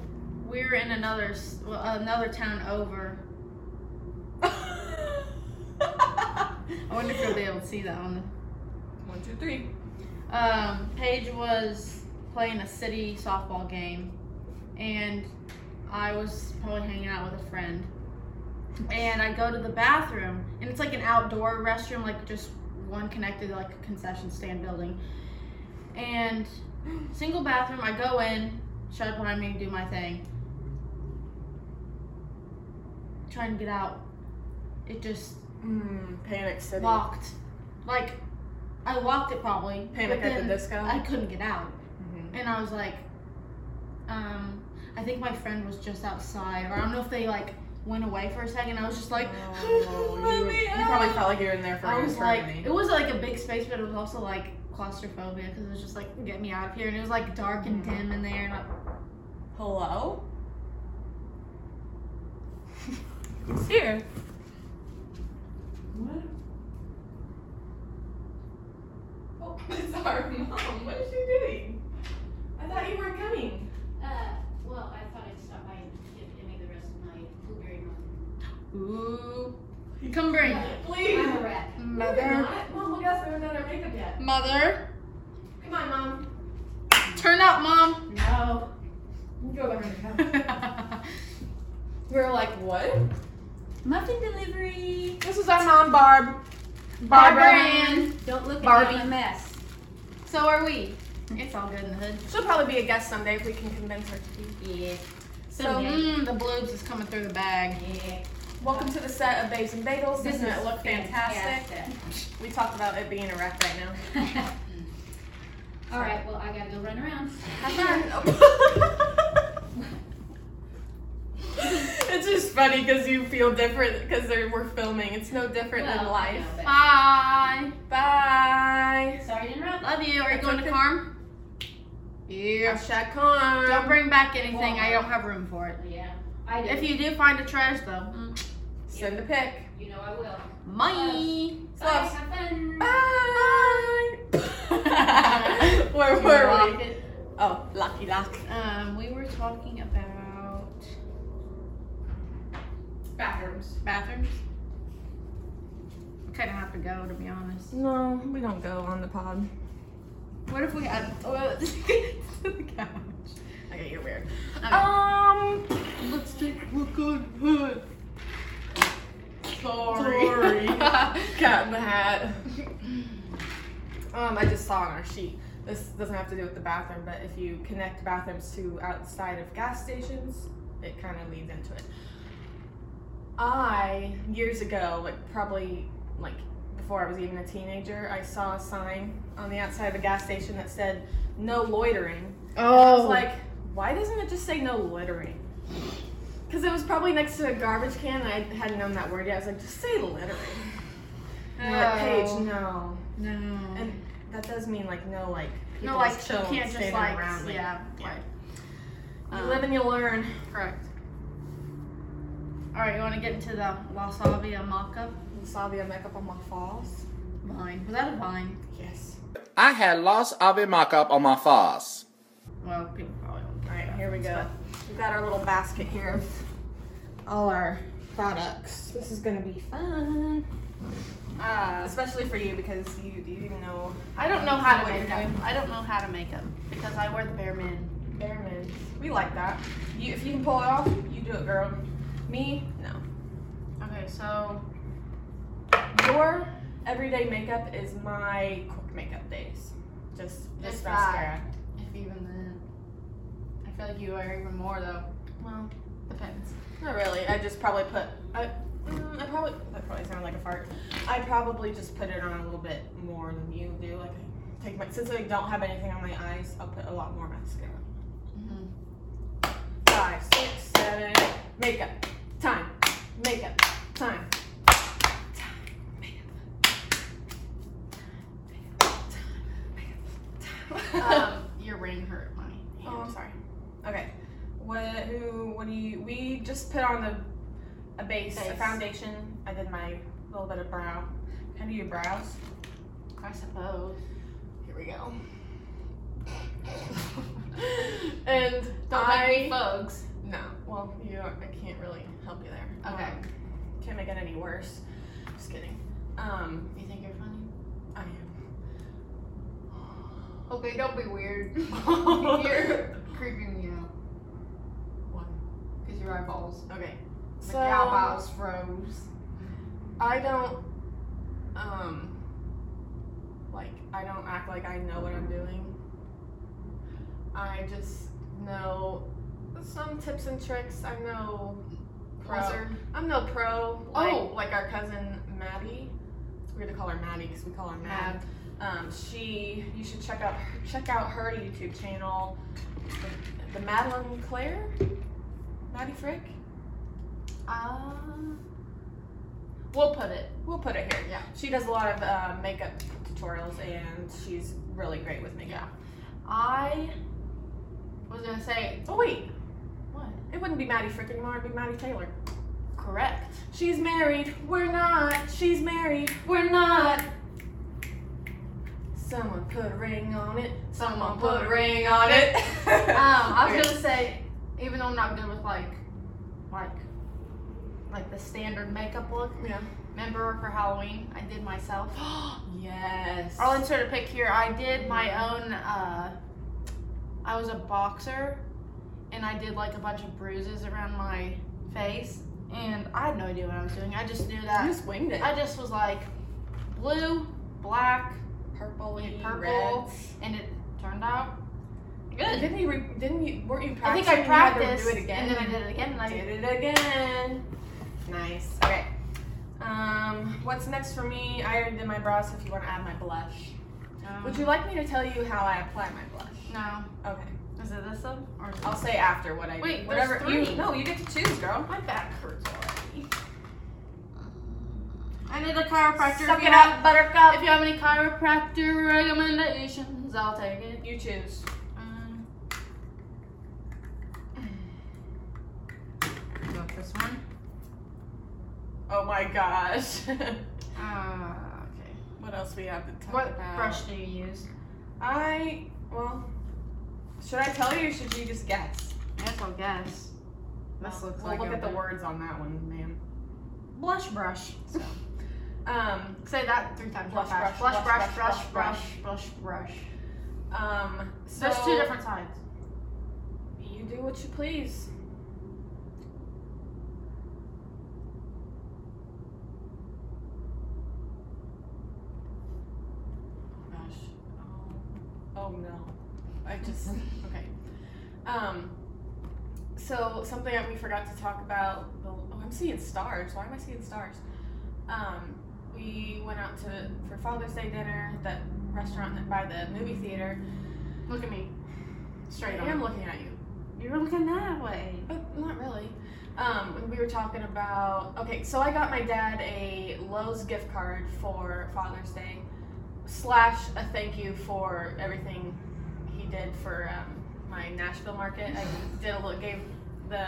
Speaker 1: we're in another s- well, another town over. I wonder if you'll be able to see that one.
Speaker 2: One, two, three.
Speaker 1: Um, Paige was playing a city softball game, and I was probably hanging out with a friend. And I go to the bathroom, and it's like an outdoor restroom, like just one connected to like a concession stand building. And <clears throat> single bathroom, I go in, shut up behind me, do my thing. Trying to get out. It just
Speaker 2: Mm, panic City.
Speaker 1: locked. Like, I locked it probably.
Speaker 2: Panic
Speaker 1: but
Speaker 2: at
Speaker 1: then
Speaker 2: the disco.
Speaker 1: I couldn't get out.
Speaker 2: Mhm.
Speaker 1: And I was like, um, I think my friend was just outside, or I don't know if they like went away for a second. I was just <laughs> like,
Speaker 2: Oh,
Speaker 1: <laughs> let
Speaker 2: you, were-
Speaker 1: me
Speaker 2: you
Speaker 1: out.
Speaker 2: probably felt like you were in there for
Speaker 1: I was like,
Speaker 2: eternity.
Speaker 1: it was like a big space, but it was also like claustrophobia because it was just like, get me out of here. And it was like dark and dim in there. And I,
Speaker 2: Hello? He's here. What? Oh, <laughs> it's our mom. What is she doing? I thought you weren't coming.
Speaker 3: Uh, well, I thought I'd stop by and give Emmy the rest of my blueberry muffin.
Speaker 1: ooh, come bring it.
Speaker 2: Please.
Speaker 3: I'm a rat.
Speaker 2: No, you're
Speaker 1: Mother,
Speaker 2: not. Mom, look us. We haven't done our makeup yet.
Speaker 1: mother,
Speaker 2: Come on, Mom.
Speaker 1: turn up, mom. <laughs>
Speaker 2: No. Go back. We're like, what?
Speaker 4: Muffin delivery.
Speaker 2: This is our mom, Barb.
Speaker 1: Barbara Ann.
Speaker 4: Don't look
Speaker 1: Barbie.
Speaker 4: at me, I'm a mess.
Speaker 1: So are we. It's all good in the hood.
Speaker 2: She'll probably be a guest someday if we can convince her to be.
Speaker 4: Yeah.
Speaker 1: So
Speaker 4: Someday.
Speaker 1: mm, the bloobs is coming through the bag.
Speaker 4: Yeah.
Speaker 2: Welcome to the set of Babes and Bagels.
Speaker 4: This
Speaker 2: Doesn't
Speaker 4: is
Speaker 2: it look fantastic? We talked about it being a wreck right now.
Speaker 4: fantastic.
Speaker 3: All right, well, I gotta go run around.
Speaker 2: Have fun. <laughs> it's just funny because you feel different because we're filming. It's no different than
Speaker 3: Well,
Speaker 2: life.
Speaker 3: no, but-
Speaker 1: Bye.
Speaker 2: Bye.
Speaker 3: Sorry to interrupt.
Speaker 1: Love you. Are you
Speaker 2: That's
Speaker 1: going to
Speaker 2: okay.
Speaker 1: Carm? Yeah.
Speaker 2: Hashtag con.
Speaker 1: Don't bring back anything. I don't have room for it.
Speaker 3: Yeah, I do.
Speaker 1: If you do find a trash though,
Speaker 2: Send a pic.
Speaker 3: You know I will.
Speaker 1: bye.
Speaker 3: Bye,
Speaker 2: Love.
Speaker 4: <laughs>
Speaker 3: have fun.
Speaker 2: Bye. <laughs>
Speaker 1: Uh,
Speaker 2: Where were we? Oh, lucky luck.
Speaker 1: Um, we were talking about
Speaker 2: Bathrooms.
Speaker 1: bathrooms. Kind of have to go to be honest.
Speaker 2: No, we don't go on the pod.
Speaker 1: What if we had a toilet <laughs> to the couch?
Speaker 2: Okay, you're weird.
Speaker 1: Okay.
Speaker 2: Um.
Speaker 1: Let's take a look on hood. <laughs>
Speaker 2: Sorry. Cat in the Hat. Um, I just saw on our sheet. This doesn't have to do with the bathroom, but if you connect bathrooms to outside of gas stations, it kind of leads into it. I years ago, like probably like before I was even a teenager, I saw a sign on the outside of a gas station that said "No loitering." I was
Speaker 1: oh,
Speaker 2: like, why doesn't it just say no littering? Because it was probably next to a garbage can, and I hadn't known that word yet. I was like, just say littering. And they're like, Paige, no.
Speaker 1: No.
Speaker 2: And that does mean like no, like people
Speaker 1: no, like
Speaker 2: just
Speaker 1: you
Speaker 2: chill and
Speaker 1: can't just
Speaker 2: standing
Speaker 1: like
Speaker 2: around. Like,
Speaker 1: yeah,
Speaker 2: yeah.
Speaker 1: right.
Speaker 2: You
Speaker 1: Um,
Speaker 2: live and you learn.
Speaker 1: correct. All right, you want to get into the Wasavia mock-up
Speaker 2: Savia makeup on my falls.
Speaker 1: vine? Was that a vine?
Speaker 2: Yes.
Speaker 5: I had lost Ave Markup on my files.
Speaker 1: Well, people probably don't.
Speaker 2: All right, here we go. We've got our little basket here of all our products. This is gonna be fun,
Speaker 1: Uh,
Speaker 2: especially for you because you you didn't know
Speaker 1: I don't know how to
Speaker 2: What
Speaker 1: make
Speaker 2: you're
Speaker 1: them. I don't know how to make them because I wear the bare min.
Speaker 2: Airmen. We like that. You, if you can pull it off, you do it, girl. Me, no.
Speaker 1: Okay, so
Speaker 2: Your everyday makeup is my quick makeup days. Just,
Speaker 1: Just
Speaker 2: just
Speaker 1: that.
Speaker 2: mascara.
Speaker 1: if even then, I feel like you wear even more though. Well, depends.
Speaker 2: Not really. I just probably put. I, Mm, I probably that probably sounded like a fart. I probably just put it on a little bit more than you do. Like I take my since I don't have anything on my eyes, I'll put a lot more mascara.
Speaker 1: Mhm.
Speaker 2: Five, six, seven, eight. Makeup time. Makeup time. Um,
Speaker 1: Um, your ring hurt my
Speaker 2: oh, I'm
Speaker 1: hand.
Speaker 2: sorry. Okay. What? Who? What do you? We just put on the a base, a
Speaker 1: Base.
Speaker 2: foundation. I did my little bit of brow. How do your brows?
Speaker 1: I suppose. <laughs> Here
Speaker 2: <laughs>
Speaker 1: we go. and don't make
Speaker 2: I-
Speaker 1: me bugs.
Speaker 2: No. Well, you. Don't, I can't really help you there.
Speaker 1: Okay.
Speaker 2: Um, can't make it any worse. Just kidding. Um,
Speaker 1: You think you're funny?
Speaker 2: I am.
Speaker 1: Okay, don't be weird.
Speaker 2: You're-
Speaker 1: <laughs> you're creeping me out. Why? Because your eyeballs.
Speaker 2: okay.
Speaker 1: Like
Speaker 2: So
Speaker 1: your eyeballs froze.
Speaker 2: I don't. Um. Like I don't act like I know what I'm doing. I just know some tips and tricks. I know. Pro.
Speaker 1: Lizard.
Speaker 2: I'm no pro. Like,
Speaker 1: Oh.
Speaker 2: like our cousin Maddie. We're gonna call her Maddie because we call
Speaker 1: Mm.
Speaker 2: her Mad.
Speaker 1: Mad.
Speaker 2: Um, she, you should check out check out her YouTube channel, the, the Madeline Claire, Maddie Frick.
Speaker 1: Um, we'll put it.
Speaker 2: We'll put it here.
Speaker 1: Yeah.
Speaker 2: she does a lot of uh, makeup tutorials, and she's really great with makeup.
Speaker 1: I was gonna say
Speaker 2: Oh wait,
Speaker 1: what?
Speaker 2: it wouldn't be Maddie Frick anymore. It'd be Maddie Taylor.
Speaker 1: Correct.
Speaker 2: She's married. We're not. She's married. We're not. Someone put a ring on it.
Speaker 1: Someone
Speaker 2: Someone
Speaker 1: put it.
Speaker 2: ring on it.
Speaker 1: <laughs>
Speaker 2: um,
Speaker 1: Um,
Speaker 2: <laughs>
Speaker 1: I <laughs> was gonna say, even though I'm not good with like, like, like the standard makeup look.
Speaker 2: Yeah.
Speaker 1: Remember for Halloween, I did myself.
Speaker 2: yes.
Speaker 1: I'll insert a pic here. I did my own. Uh, I was a boxer, and I did like a bunch of bruises around my face, and I had no idea what I was doing. I just knew that
Speaker 2: You just winged it.
Speaker 1: I just was like blue, black,
Speaker 2: purple
Speaker 1: and purple. and it turned out good.
Speaker 2: Didn't you? Re- didn't you? Weren't you
Speaker 1: I think
Speaker 2: practicing?
Speaker 1: I
Speaker 2: You had to
Speaker 1: practiced,
Speaker 2: Do it again.
Speaker 1: and then I did it again, and I
Speaker 2: did it again. Nice. Okay. Um, what's next for me? I already did my brows. If you want to add my blush,
Speaker 1: Um,
Speaker 2: would you like me to tell you how I apply my blush?
Speaker 1: No.
Speaker 2: Okay.
Speaker 1: Is it this one or is it-
Speaker 2: I'll say after what I
Speaker 1: Wait,
Speaker 2: do.
Speaker 1: there's
Speaker 2: whatever.
Speaker 1: three.
Speaker 2: You, no, you get to choose, girl.
Speaker 1: my back hurts already? I need a chiropractor.
Speaker 2: Suck
Speaker 1: if you
Speaker 2: it
Speaker 1: have-
Speaker 2: up, Buttercup.
Speaker 1: If you have any chiropractor recommendations, I'll take it.
Speaker 2: You choose.
Speaker 1: Um, <sighs> go with this one.
Speaker 2: Oh my gosh. <laughs>
Speaker 1: Uh, okay.
Speaker 2: what else we have to talk
Speaker 1: What
Speaker 2: about?
Speaker 1: brush do you use?
Speaker 2: I well, should I tell you or should you just guess?
Speaker 1: I guess I'll guess. This looks
Speaker 2: we'll
Speaker 1: like
Speaker 2: look
Speaker 1: a
Speaker 2: at the words on that one, man.
Speaker 1: blush brush.
Speaker 2: Um,
Speaker 1: Say that three times.
Speaker 2: Blush
Speaker 1: fast.
Speaker 2: brush,
Speaker 1: Blush
Speaker 2: blush
Speaker 1: brush.
Speaker 2: brush,
Speaker 1: Blush
Speaker 2: blush
Speaker 1: brush. Blush brush.
Speaker 2: um, so
Speaker 1: There's two different sides.
Speaker 2: You do what you please.
Speaker 1: Gosh.
Speaker 2: Oh no, I <laughs> just okay. Um, so something that we forgot to talk about. Oh, I'm seeing stars. Why am I seeing stars? Um, we went out to for Father's Day dinner at that restaurant that by the movie theater.
Speaker 1: Look at me. Straight
Speaker 2: I am
Speaker 1: on.
Speaker 2: looking at you.
Speaker 1: You're looking that way.
Speaker 2: Oh, not really. Um, and we were talking about okay, so I got my dad a Lowe's gift card for Father's Day, slash a thank you for everything he did for um, my Nashville market. I did a little gave the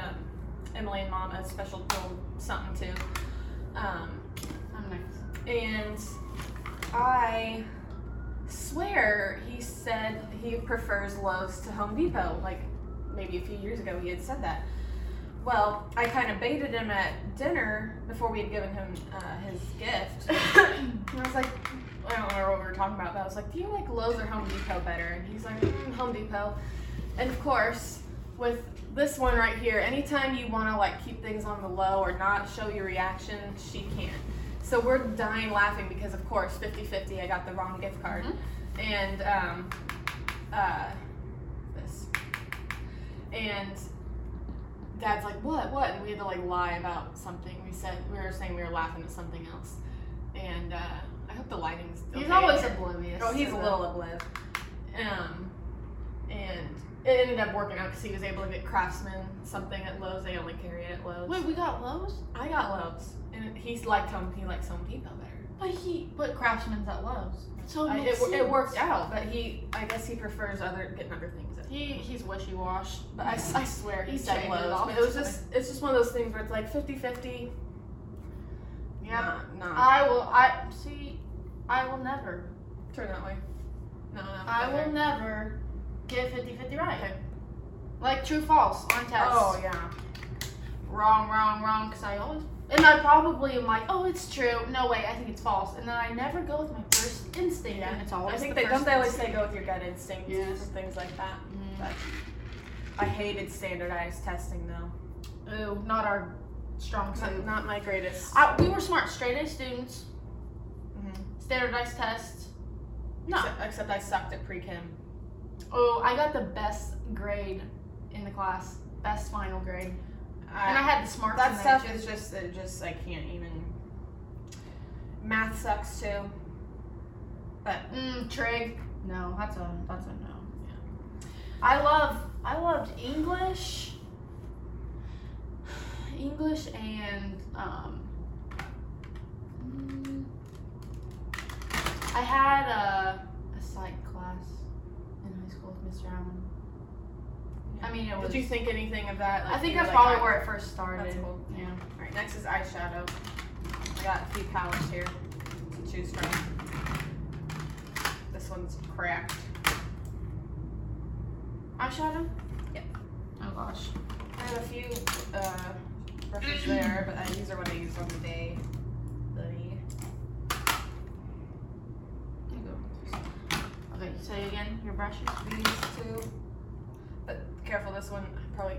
Speaker 2: Emily and Mom a special little something too. Um,
Speaker 1: I'm next.
Speaker 2: and I swear he said he prefers Lowe's to Home Depot. Like maybe a few years ago, he had said that. Well, I kind of baited him at dinner before we had given him uh, his gift. And I was like, I don't remember what we were talking about, but I was like, do you like Lowe's or Home Depot better? And he's like, mm, Home Depot. And of course, with this one right here, anytime you want to like keep things on the low or not show your reaction, she can't. So we're dying laughing because of course, 50-50, I got the wrong gift card.
Speaker 1: Mhm.
Speaker 2: And um, uh, this. And Dad's like, what, what? And we had to like lie about something. We said we were saying we were laughing at something else, and uh, I hope the lighting's.
Speaker 1: He's
Speaker 2: okay.
Speaker 1: always oblivious.
Speaker 2: Oh, he's
Speaker 1: to
Speaker 2: a
Speaker 1: the-
Speaker 2: little obliv. Um, and it ended up working out because he was able to get Craftsman something at Lowe's. They only carry it at Lowe's.
Speaker 1: Wait, we got Lowe's?
Speaker 2: I got Lowe's, and he's liked Home. He likes Home Depot better.
Speaker 1: But he, but Craftsman's at Lowe's. So
Speaker 2: I,
Speaker 1: it,
Speaker 2: it,
Speaker 1: makes
Speaker 2: wor- it
Speaker 1: sense.
Speaker 2: worked out, but he, I guess he prefers other getting other things. At
Speaker 1: He he's wishy wash.
Speaker 2: But I, I swear he
Speaker 1: He's
Speaker 2: said
Speaker 1: changed it
Speaker 2: Lowe's.
Speaker 1: all
Speaker 2: But
Speaker 1: the
Speaker 2: it was
Speaker 1: time.
Speaker 2: just it's just one of those things where it's like 50-50.
Speaker 1: Yeah.
Speaker 2: Nah, nah.
Speaker 1: I will. I see. I will never.
Speaker 2: turn that way. No, no.
Speaker 1: I will never get 50-50 right. Like true false on test.
Speaker 2: Oh yeah.
Speaker 1: Wrong, wrong, wrong. Because I always and I probably am like, oh, it's true. No way, I think it's false. And then I never go with my first instinct,
Speaker 2: Yeah.
Speaker 1: and it's always.
Speaker 2: I think they
Speaker 1: the first
Speaker 2: don't they always
Speaker 1: instinct.
Speaker 2: say go with your gut instinct
Speaker 1: Yes.
Speaker 2: for things like that.
Speaker 1: Mm.
Speaker 2: I hated standardized testing though.
Speaker 1: Ooh, not our strong
Speaker 2: Not,
Speaker 1: suit.
Speaker 2: not my greatest.
Speaker 1: Mm. I, we were smart, straight A students.
Speaker 2: Mhm.
Speaker 1: Standardized tests. No.
Speaker 2: Except, except I sucked at pre-chem.
Speaker 1: Oh, I got the best grade in the class, best final grade,
Speaker 2: I,
Speaker 1: and I had the smarts. in
Speaker 2: that
Speaker 1: there,
Speaker 2: stuff
Speaker 1: too.
Speaker 2: is just it just I can't even. Math sucks too.
Speaker 1: Mm, trig. No, that's a that's a no. I love I loved English, English and um. mm, I had a a psych class in high school with Mr. Allen. I mean, it was.
Speaker 2: Did you think anything of that? Like,
Speaker 1: I think
Speaker 2: you were
Speaker 1: that's
Speaker 2: like,
Speaker 1: probably
Speaker 2: I-
Speaker 1: where it first started.
Speaker 2: That's cool.
Speaker 1: Yeah.
Speaker 2: All right, next is eyeshadow. I got a few palettes here to choose from. This one's cracked.
Speaker 1: Eyeshadow.
Speaker 2: Yep.
Speaker 1: Oh gosh.
Speaker 2: I have a few uh, brushes there, but I, these are what I use on the day. Buddy.
Speaker 1: There you go. Okay, say again your brushes.
Speaker 2: These two. But careful, this one I probably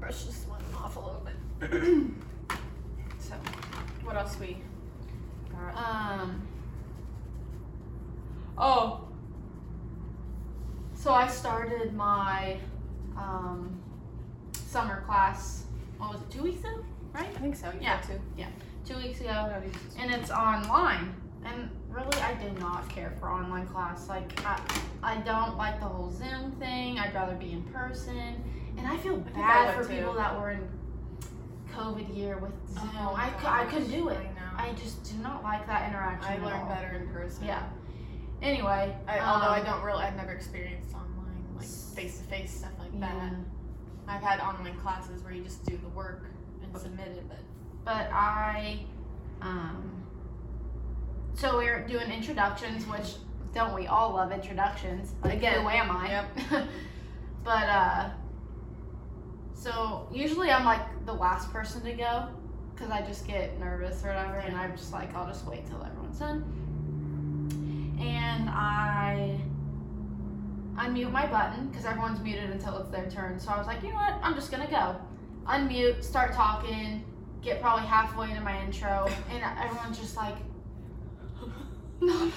Speaker 2: brush this one off a little bit. <clears throat> so, what else we got?
Speaker 1: Um.
Speaker 2: Oh,
Speaker 1: So I started my um, summer class. What was it? Two weeks ago?
Speaker 2: I think so. You
Speaker 1: Yeah.
Speaker 2: yeah, too.
Speaker 1: Two weeks
Speaker 2: Oh, no,
Speaker 1: ago,
Speaker 2: these-
Speaker 1: and it's online. And really, I did not care for online class. Like, I, I don't like the whole Zoom thing. I'd rather be in person. And I feel
Speaker 2: think I
Speaker 1: bad
Speaker 2: would
Speaker 1: for
Speaker 2: too.
Speaker 1: people that were in COVID year with Zoom. I, cou- I couldn't do it.
Speaker 2: Oh, I know.
Speaker 1: I just do not like that interaction.
Speaker 2: I
Speaker 1: at
Speaker 2: learn
Speaker 1: all.
Speaker 2: better in person.
Speaker 1: Yeah. Anyway,
Speaker 2: I, although I
Speaker 1: um,
Speaker 2: don't really, I've never experienced online, like face to face stuff like
Speaker 1: yeah.
Speaker 2: that. I've had online classes where you just do the work and submit it, but
Speaker 1: but I, um, so we're doing introductions, which don't we all love introductions? Like,
Speaker 2: Again,
Speaker 1: who am I? <laughs> but uh, so usually I'm like the last person to go because I just get nervous or whatever, and I'm just like, I'll just wait till everyone's done. And I unmute my button because everyone's muted until it's their turn. So I was like, you know what? I'm just gonna go. Unmute, start talking, get probably halfway into my intro, and everyone's just like, <laughs> no,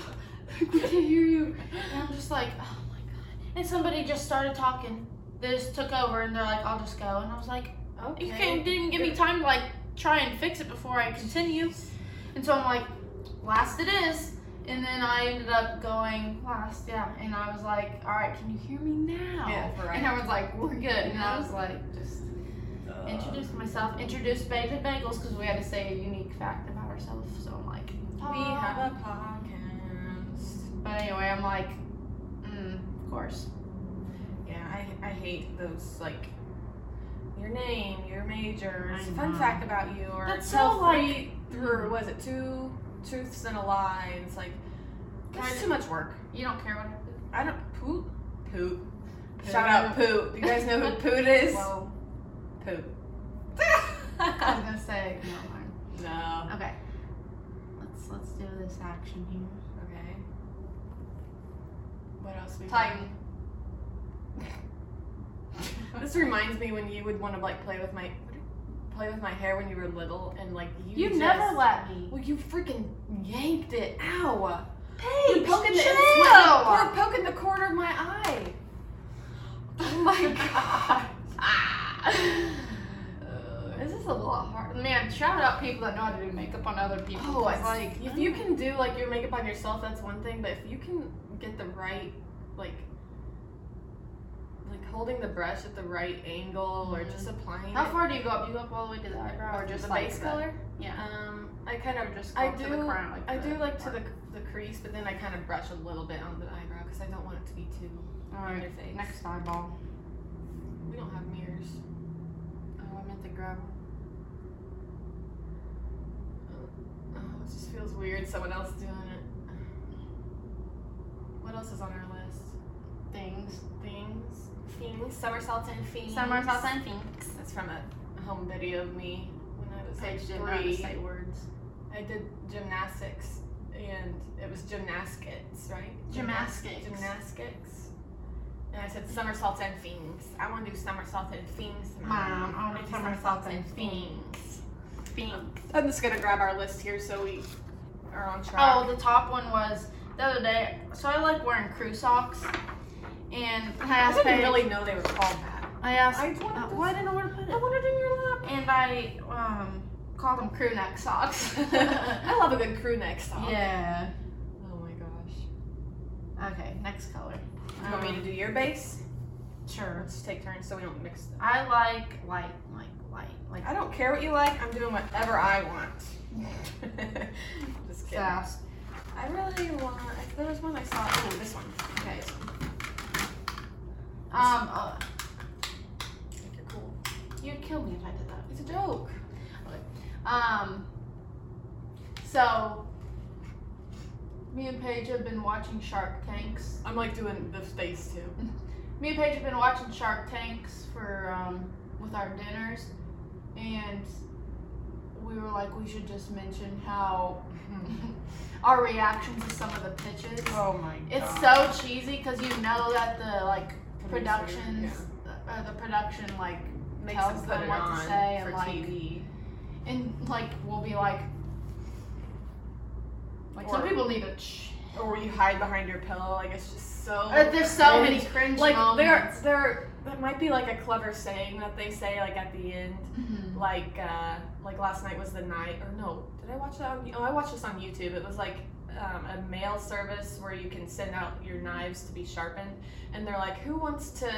Speaker 1: we can't hear you. And I'm just like, oh my god. And somebody just started talking. They just took over and they're like, I'll just go. And I was like,
Speaker 2: okay.
Speaker 1: you can't, didn't even give me time to like try and fix it before I continue. And so I'm like, last it is. And then I ended up going last, yeah. And I was like, all right, can you hear me now?
Speaker 2: Yeah, right.
Speaker 1: And everyone's like, we're good. And I was like, just introduced myself, introduced Baked and Bagels because we had to say a unique fact about ourselves. So I'm like,
Speaker 2: We
Speaker 1: "Ah."
Speaker 2: have a podcast.
Speaker 1: But anyway, I'm like, mm, of course.
Speaker 2: Yeah, I, I hate those like your name, your major,
Speaker 1: I
Speaker 2: fun
Speaker 1: know.
Speaker 2: fact about you, or
Speaker 1: That's
Speaker 2: tell
Speaker 1: so, like-
Speaker 2: three- through was it two truths and a lie? And it's like that's
Speaker 1: Kinda-
Speaker 2: too much work.
Speaker 1: You don't care what happens.
Speaker 2: I don't poop. Poop.
Speaker 1: Poot.
Speaker 2: Shout out Poot. Do you guys
Speaker 1: <laughs>
Speaker 2: know who Poot is? Poot. <laughs>
Speaker 1: I was gonna say, never mind.
Speaker 2: no.
Speaker 1: Okay, let's let's do this action here.
Speaker 2: Okay. What else we
Speaker 1: Titan.
Speaker 2: <laughs> This reminds me when you would want to like play with my play with my hair when you were little and like you
Speaker 1: You
Speaker 2: just-
Speaker 1: never let <laughs> me.
Speaker 2: Well, you freaking yanked it. Ow.
Speaker 1: Hey,
Speaker 2: You're poking the,
Speaker 1: chill.
Speaker 2: it's- you're
Speaker 1: <laughs>
Speaker 2: poking the corner of my eye. Oh my god.
Speaker 1: This is a lot hard. Man, shout out people that know how to do makeup on other people.
Speaker 2: Oh,
Speaker 1: 'cause,
Speaker 2: it's
Speaker 1: like
Speaker 2: like if you can do like your makeup on yourself, that's one thing. But if you can get the right, like, like holding the brush at the right angle or just applying
Speaker 1: Mm-hmm. How
Speaker 2: it,
Speaker 1: far do you go up? Do you go up all the way to the eyebrow,
Speaker 2: or just
Speaker 1: the Uh,
Speaker 2: the base
Speaker 1: the-
Speaker 2: color.
Speaker 1: Yeah.
Speaker 2: Um, I kind
Speaker 1: Kind
Speaker 2: of
Speaker 1: of just go
Speaker 2: I
Speaker 1: up to the
Speaker 2: do-
Speaker 1: crown. Like
Speaker 2: I do like to
Speaker 1: part.
Speaker 2: the the crease, but then I kind of brush a little bit on the eyebrow because I don't want it to be too
Speaker 1: All
Speaker 2: on
Speaker 1: right.
Speaker 2: your face.
Speaker 1: Next eyeball.
Speaker 2: We don't have mirrors.
Speaker 1: Oh, I meant to grab.
Speaker 2: Oh, it just feels weird. Someone else doing it. What else is on our list?
Speaker 1: Things.
Speaker 2: Things. Things. Somersaults and things.
Speaker 1: Somersaults and things.
Speaker 2: That's from a home video of me when I was like
Speaker 1: Paige didn't know how to
Speaker 2: three.
Speaker 1: say words.
Speaker 2: I did gymnastics, and it was gymnastics, right?
Speaker 1: Gymnastics.
Speaker 2: Gymnastics. And I said somersaults and things. I want to do somersaults and things, mom.
Speaker 1: Mom, I wanna
Speaker 2: wanna
Speaker 1: do somersaults and
Speaker 2: things.
Speaker 1: Things.
Speaker 2: I'm just gonna grab our list here so we are on track.
Speaker 1: Oh, the top one was the other day. So I like wearing crew socks, and I
Speaker 2: I
Speaker 1: asked
Speaker 2: didn't
Speaker 1: Paige.
Speaker 2: really know they were called that.
Speaker 1: I asked.
Speaker 2: I wanted
Speaker 1: uh,
Speaker 2: this-
Speaker 1: well, I didn't know where to put
Speaker 2: I
Speaker 1: it.
Speaker 2: want it in your lap.
Speaker 1: And I um called them crew neck
Speaker 2: <laughs>
Speaker 1: socks.
Speaker 2: I love a good crew neck song.
Speaker 1: yeah.
Speaker 2: Oh my gosh.
Speaker 1: Okay. Next color.
Speaker 2: You want me to
Speaker 1: Um,
Speaker 2: do your base?
Speaker 1: Sure.
Speaker 2: Let's take turns so we don't mix them.
Speaker 1: I like light, like light, like
Speaker 2: I don't care what you like. I'm doing whatever I want. <laughs> Just kidding.
Speaker 1: fast.
Speaker 2: I really want. I- There was one I saw. Oh, this one.
Speaker 1: Okay. Um, uh,
Speaker 2: Think you're cool.
Speaker 1: you'd kill me if I did that.
Speaker 2: It's a joke.
Speaker 1: Um, so me and Paige have been watching Shark Tanks.
Speaker 2: I'm like doing the face too.
Speaker 1: Me and Paige have been watching Shark Tanks for um, with our dinners, and we were like, we should just mention how <laughs> our reactions to some of the pitches.
Speaker 2: Mm-hmm. Oh my
Speaker 1: It's
Speaker 2: God.
Speaker 1: so cheesy because you know that the like productions, uh, the production like
Speaker 2: makes
Speaker 1: tells
Speaker 2: them
Speaker 1: them
Speaker 2: put it
Speaker 1: what to
Speaker 2: on
Speaker 1: say and,
Speaker 2: for
Speaker 1: like,
Speaker 2: TV.
Speaker 1: and like will be like. Like some
Speaker 2: Or-
Speaker 1: people need a. Ch-
Speaker 2: Or where you hide behind your pillow. Like it's just so.
Speaker 1: Uh, there's so many
Speaker 2: Oh, cringe.
Speaker 1: cringe
Speaker 2: Like there,
Speaker 1: moments.
Speaker 2: there. That might be like a clever saying that they say like at the end.
Speaker 1: Mhm.
Speaker 2: like uh like last night was the night or no did i watch that on oh i watched this on youtube it was like um, a mail service where you can send out your knives to be sharpened and they're like who wants to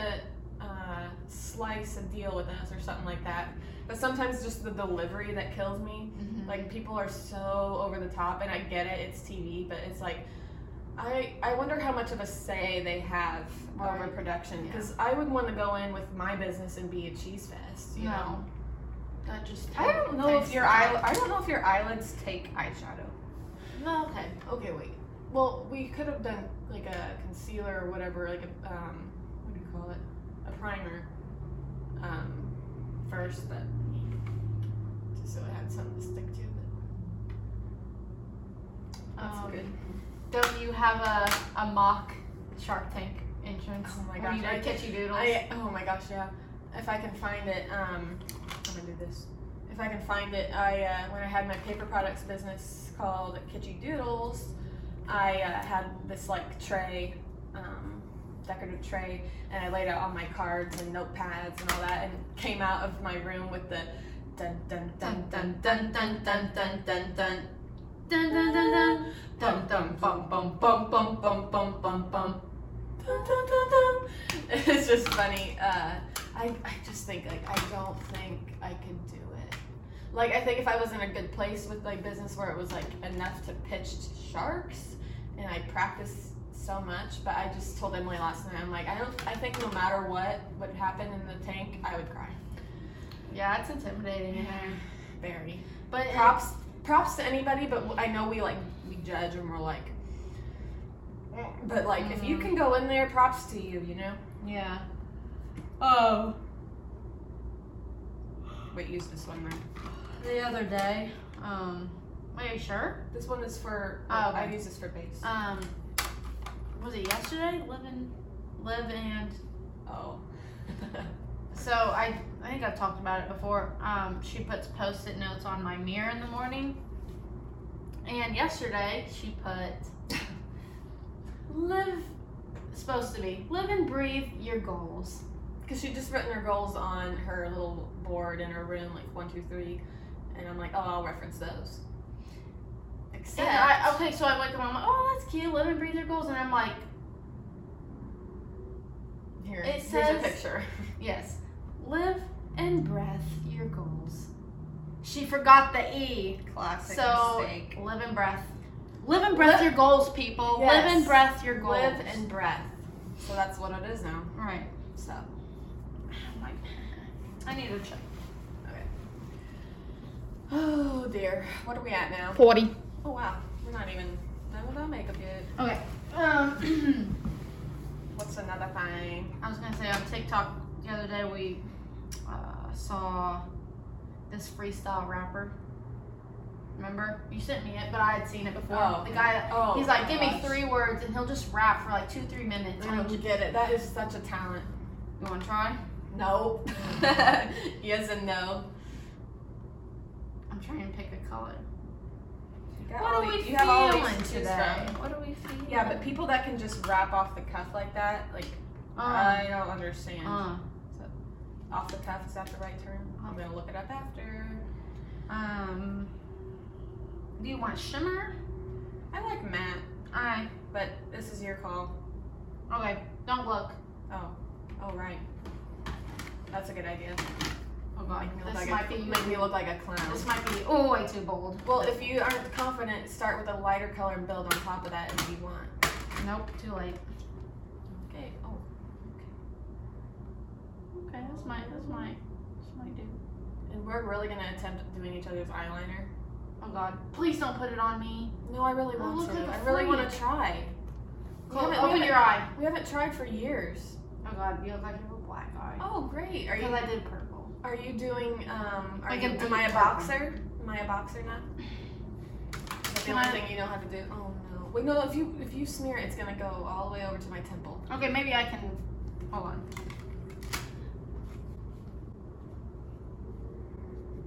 Speaker 2: uh, slice a deal with us or something like that but sometimes just the delivery that kills me
Speaker 1: Mhm.
Speaker 2: like people are so over the top and i get it it's tv but it's like i i wonder how much of a say they have over
Speaker 1: Right.
Speaker 2: production
Speaker 1: Yeah.
Speaker 2: because i would want to go in with my business and be a cheese fest you know
Speaker 1: no, that just.
Speaker 2: I don't know
Speaker 1: takes
Speaker 2: if your
Speaker 1: time.
Speaker 2: eye. I don't know if your eyelids take eyeshadow.
Speaker 1: No, Oh, okay.
Speaker 2: Okay, wait. Well, we could have done like a concealer or whatever, like a um, what do you call it? A primer. Um, first, but just so it had something to stick to. But that's
Speaker 1: Um,
Speaker 2: good.
Speaker 1: Don't you have a, a mock Shark Tank entrance?
Speaker 2: Oh my
Speaker 1: Or
Speaker 2: gosh,
Speaker 1: You
Speaker 2: I-
Speaker 1: know, catchy doodles.
Speaker 2: I oh my gosh, yeah. If I can find it, um, I'm gonna do this. If I can find it, I uh, when I had my paper products business called Kitschy Doodles, I uh, had this like tray, um, decorative tray, and I laid out all my cards and notepads and all that, and came out of my room with the dun dun dun dun dun dun dun dun dun dun. Dun dun dun dun dun dun bum bum bum bum bum bum bum bum Dun, dun, dun, dun. <laughs> It's just funny. Uh, I, I just think like I don't think I could do it. Like I think if I was in a good place with like business where it was like enough to pitch to sharks, and I practice so much. But I just told Emily last night I'm like I don't. I think no matter what would happen in the tank, I would cry.
Speaker 1: yeah, it's intimidating in there.
Speaker 2: Very.
Speaker 1: But uh, it-
Speaker 2: Props props to anybody, but I know we like we judge and we're like. But like if
Speaker 1: Mm.
Speaker 2: you can go in there, props to you. You know.
Speaker 1: yeah.
Speaker 4: Oh,
Speaker 2: Wait, use this one there.
Speaker 1: The other day, um, are you sure?
Speaker 2: This one is for.
Speaker 1: Oh,
Speaker 2: I
Speaker 1: okay.
Speaker 2: use this for base.
Speaker 1: Um, was it yesterday? Live and live and
Speaker 2: oh. <laughs>
Speaker 1: so I I think I've talked about it before. Um, she puts post-it notes on my mirror in the morning, and yesterday she put live supposed to be live and breathe your goals.
Speaker 2: because she'd just written her goals on her little board in her room, like one, two, three, and I'm like, oh, I'll reference those. Except,
Speaker 1: And I, okay, so I wake up and I'm like, oh, that's cute. Let me breathe their goals. And I'm like,
Speaker 2: here,
Speaker 1: it
Speaker 2: here's
Speaker 1: says-
Speaker 2: a picture.
Speaker 1: yes, live and breath your goals. She forgot the E.
Speaker 2: Classic
Speaker 1: So
Speaker 2: mistake.
Speaker 1: live and breath. Live and breath your goals, people. Live and
Speaker 2: Yes.
Speaker 1: breath your goals.
Speaker 2: Live and breath. So that's what it is now.
Speaker 1: right.
Speaker 2: So
Speaker 1: I'm like, I need to check.
Speaker 2: oh dear, what are we at now?
Speaker 1: Forty.
Speaker 2: Oh wow, we're not even done with our makeup yet.
Speaker 1: Okay. Um, <clears throat>
Speaker 2: What's another thing?
Speaker 1: I was gonna say on TikTok the other day we uh, saw this freestyle rapper. Remember? You sent me it, but I had seen it before.
Speaker 2: Oh.
Speaker 1: The guy,
Speaker 2: Oh,
Speaker 1: he's like, give me
Speaker 2: gosh.
Speaker 1: three words, and he'll just rap for like two, three minutes.
Speaker 2: I
Speaker 1: I'm
Speaker 2: don't
Speaker 1: just-
Speaker 2: get it. That is such a talent.
Speaker 1: You wanna try?
Speaker 2: Nope. <laughs> yes and no.
Speaker 1: I'm trying to pick a color.
Speaker 2: You got
Speaker 1: What
Speaker 2: all
Speaker 1: are we
Speaker 2: the-
Speaker 1: feeling
Speaker 2: you have all these to choose
Speaker 1: today?
Speaker 2: from.
Speaker 1: What are we feeling?
Speaker 2: Yeah, but people that can just rap off the cuff like that, like I don't understand.
Speaker 1: uh,
Speaker 2: off the cuff is that the right term? I'm gonna look it up after.
Speaker 1: um, do you want shimmer?
Speaker 2: I like matte,
Speaker 1: I
Speaker 2: but this is your call.
Speaker 1: okay. Don't look.
Speaker 2: Oh, oh right. That's a good idea.
Speaker 1: Oh god,
Speaker 2: Make me look like
Speaker 1: this might
Speaker 2: a,
Speaker 1: be
Speaker 2: make me look like a clown.
Speaker 1: this might be oh way too bold.
Speaker 2: Well, if you aren't confident, start with a lighter color and build on top of that if you want.
Speaker 1: Nope, too late.
Speaker 2: Okay. Oh,
Speaker 1: Okay, that's my that's my that's my do.
Speaker 2: and we're really gonna attempt doing each other's eyeliner.
Speaker 1: Oh god, please don't put it on me.
Speaker 2: No, I really
Speaker 1: I
Speaker 2: want
Speaker 1: look
Speaker 2: to.
Speaker 1: like a
Speaker 2: I really want
Speaker 1: freak.
Speaker 2: to try. We
Speaker 1: Clo-
Speaker 2: haven't- we
Speaker 1: open
Speaker 2: haven't-
Speaker 1: your eye.
Speaker 2: We haven't tried for years.
Speaker 1: Oh god, you look like you have a black eye.
Speaker 2: Oh, great. Are
Speaker 1: Because
Speaker 2: you
Speaker 1: I did purple.
Speaker 2: are you doing um? Are
Speaker 1: Like
Speaker 2: you,
Speaker 1: a
Speaker 2: am I a
Speaker 1: deep purple.
Speaker 2: boxer? Am I a boxer now? Is that the
Speaker 1: Can
Speaker 2: only
Speaker 1: I-
Speaker 2: thing you know how to do? Oh no. Wait, no. If you if you smear, it, it's gonna go all the way over to my temple.
Speaker 1: Okay, maybe I can. Hold on.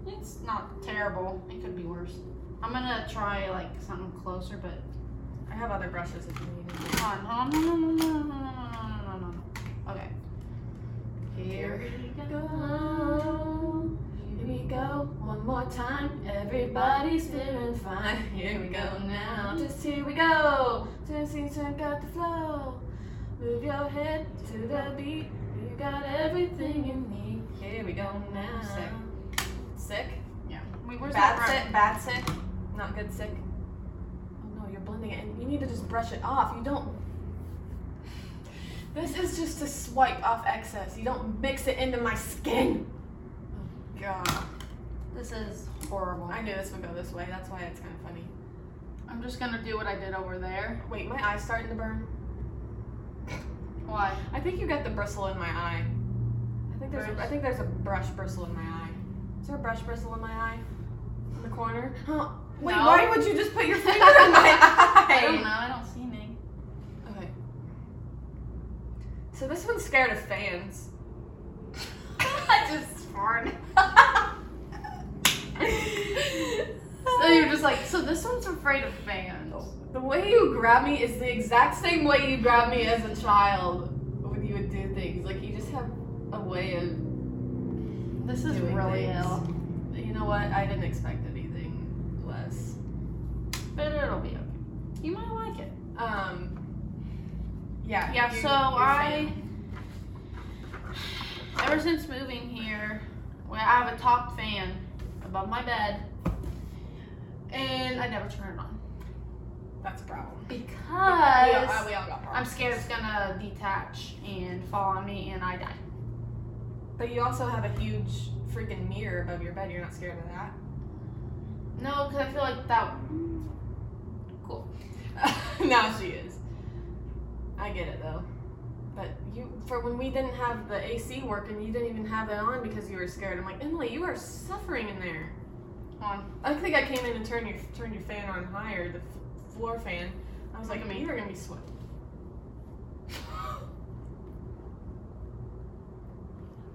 Speaker 1: It's not terrible. It could be worse. I'm gonna try like something closer, but
Speaker 2: I have other brushes if you need. them.
Speaker 1: hold on, hold on, no, no, no, no, no, no, no, no, no, no. Okay. Here we
Speaker 2: go. Here we go, one more time. Everybody's feeling fine. <laughs> Here we go now. Just here we go. Dancing check out the flow. Move your head to the beat. You got everything you need. Here we go now.
Speaker 1: Sick.
Speaker 2: Sick?
Speaker 1: Yeah. Wait, where's
Speaker 2: bad
Speaker 1: that
Speaker 2: sick? Bad sick? Not good sick? Oh no, you're blending it and you need to just brush it off. You don't. This is just to swipe off excess. You don't mix it into my skin. Oh, God.
Speaker 1: This is horrible.
Speaker 2: I knew this would go this way. That's why it's kind of funny.
Speaker 1: I'm just gonna do what I did over there.
Speaker 2: Wait, my eye's starting to burn.
Speaker 1: Why?
Speaker 2: I think you got the bristle in my eye. I think there's a, I
Speaker 1: Brush?
Speaker 2: think there's a brush bristle in my eye. Is there a brush bristle in my eye? In the corner? Huh. Wait,
Speaker 1: No.
Speaker 2: why would you just put your finger in
Speaker 1: <laughs>
Speaker 2: my eye?
Speaker 1: I don't know. I don't see any.
Speaker 2: Okay. So this one's scared of fans. <laughs>
Speaker 1: I just farted.
Speaker 2: so
Speaker 1: So you're just like, so this one's afraid of fans.
Speaker 2: The way you grab me is the exact same way you grabbed me as a child when you would do things. Like you just have a way of.
Speaker 1: This is
Speaker 2: Doing
Speaker 1: really
Speaker 2: things.
Speaker 1: ill.
Speaker 2: You know what? I didn't expect anything less.
Speaker 1: But it'll be okay. You might like it.
Speaker 2: Um. Yeah.
Speaker 1: Yeah,
Speaker 2: you-
Speaker 1: so
Speaker 2: you're
Speaker 1: I.
Speaker 2: saying-
Speaker 1: Ever since moving here, well, I have a top fan above my bed, and I never turn it on
Speaker 2: That's a problem. we,
Speaker 1: because
Speaker 2: all, uh, we all got
Speaker 1: I'm
Speaker 2: problems.
Speaker 1: scared it's gonna detach and fall on me and I die.
Speaker 2: But you also have a huge freaking mirror above your bed. You're not scared of that.
Speaker 1: No, because I feel like that.
Speaker 2: <laughs> now she is. I get it though. But you, for when we didn't have the AC working, you didn't even have it on because you were scared. I'm like, Emily, you are suffering in there.
Speaker 1: On.
Speaker 2: I think I came in and turned your turned your fan on higher, the f- floor fan. I was like,
Speaker 1: Look at me.
Speaker 2: you are gonna be sweating.
Speaker 1: <laughs>
Speaker 2: <laughs>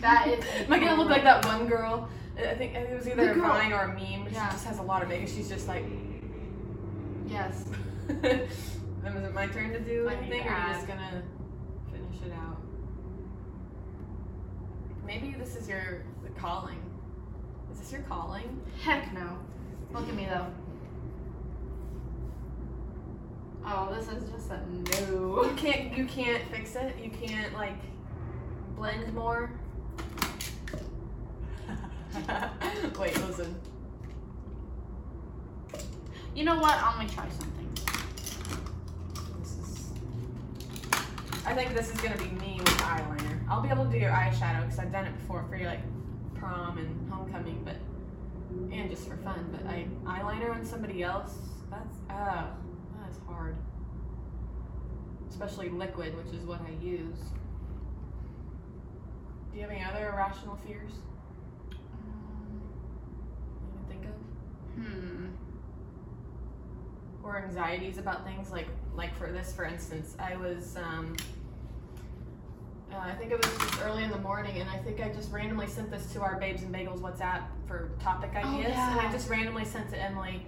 Speaker 1: That is-
Speaker 2: Am I gonna look like that one girl? I I think it was either
Speaker 1: The
Speaker 2: a
Speaker 1: girl-
Speaker 2: Vine or a meme. But
Speaker 1: Yeah.
Speaker 2: She just has a lot of it. She's just like,
Speaker 1: Yes.
Speaker 2: <laughs> then is it my turn to do
Speaker 1: I need
Speaker 2: anything,
Speaker 1: to
Speaker 2: or are you
Speaker 1: add.
Speaker 2: just gonna finish it out? Maybe this is your calling. Is this your calling?
Speaker 1: Heck no. Look at me though. Oh, this is just a
Speaker 2: <laughs> You
Speaker 1: no.
Speaker 2: can't. You can't fix it. You can't like blend more. Wait, listen.
Speaker 1: You know what? I'm gonna try something.
Speaker 2: This is. I think this is gonna be me with eyeliner. I'll be able to do your eyeshadow because I've done it before for your like prom and homecoming, but and just for fun. But I eyeliner on somebody else. That's uh, that's hard. Especially liquid, which is what I use. Do you have any other irrational fears you Um, can think of,
Speaker 1: Hmm.
Speaker 2: or anxieties about things like like for this, for instance, I was um, Uh, I think it was just early in the morning, and I think I just randomly sent this to our Babes and Bagels WhatsApp for topic ideas. And I
Speaker 1: yeah.
Speaker 2: just randomly sent to Emily.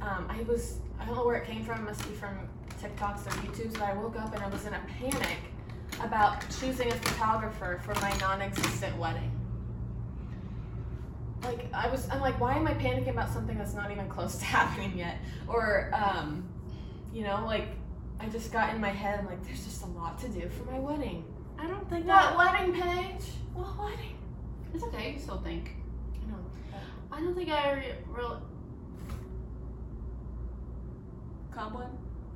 Speaker 2: Um, I was, I don't know where it came from, it must be from TikToks or YouTubes, but I woke up and I was in a panic about choosing a photographer for my non existent wedding. Like, I was, I'm like, why am I panicking about something that's not even close to <laughs> happening yet? Or, um, you know, like, I just got in my head, I'm like, there's just a lot to do for my wedding. I don't think
Speaker 1: That wedding page.
Speaker 2: well, wedding.
Speaker 1: <laughs> It's okay. You still think.
Speaker 2: I know.
Speaker 1: I don't think I re- really.
Speaker 2: Combine?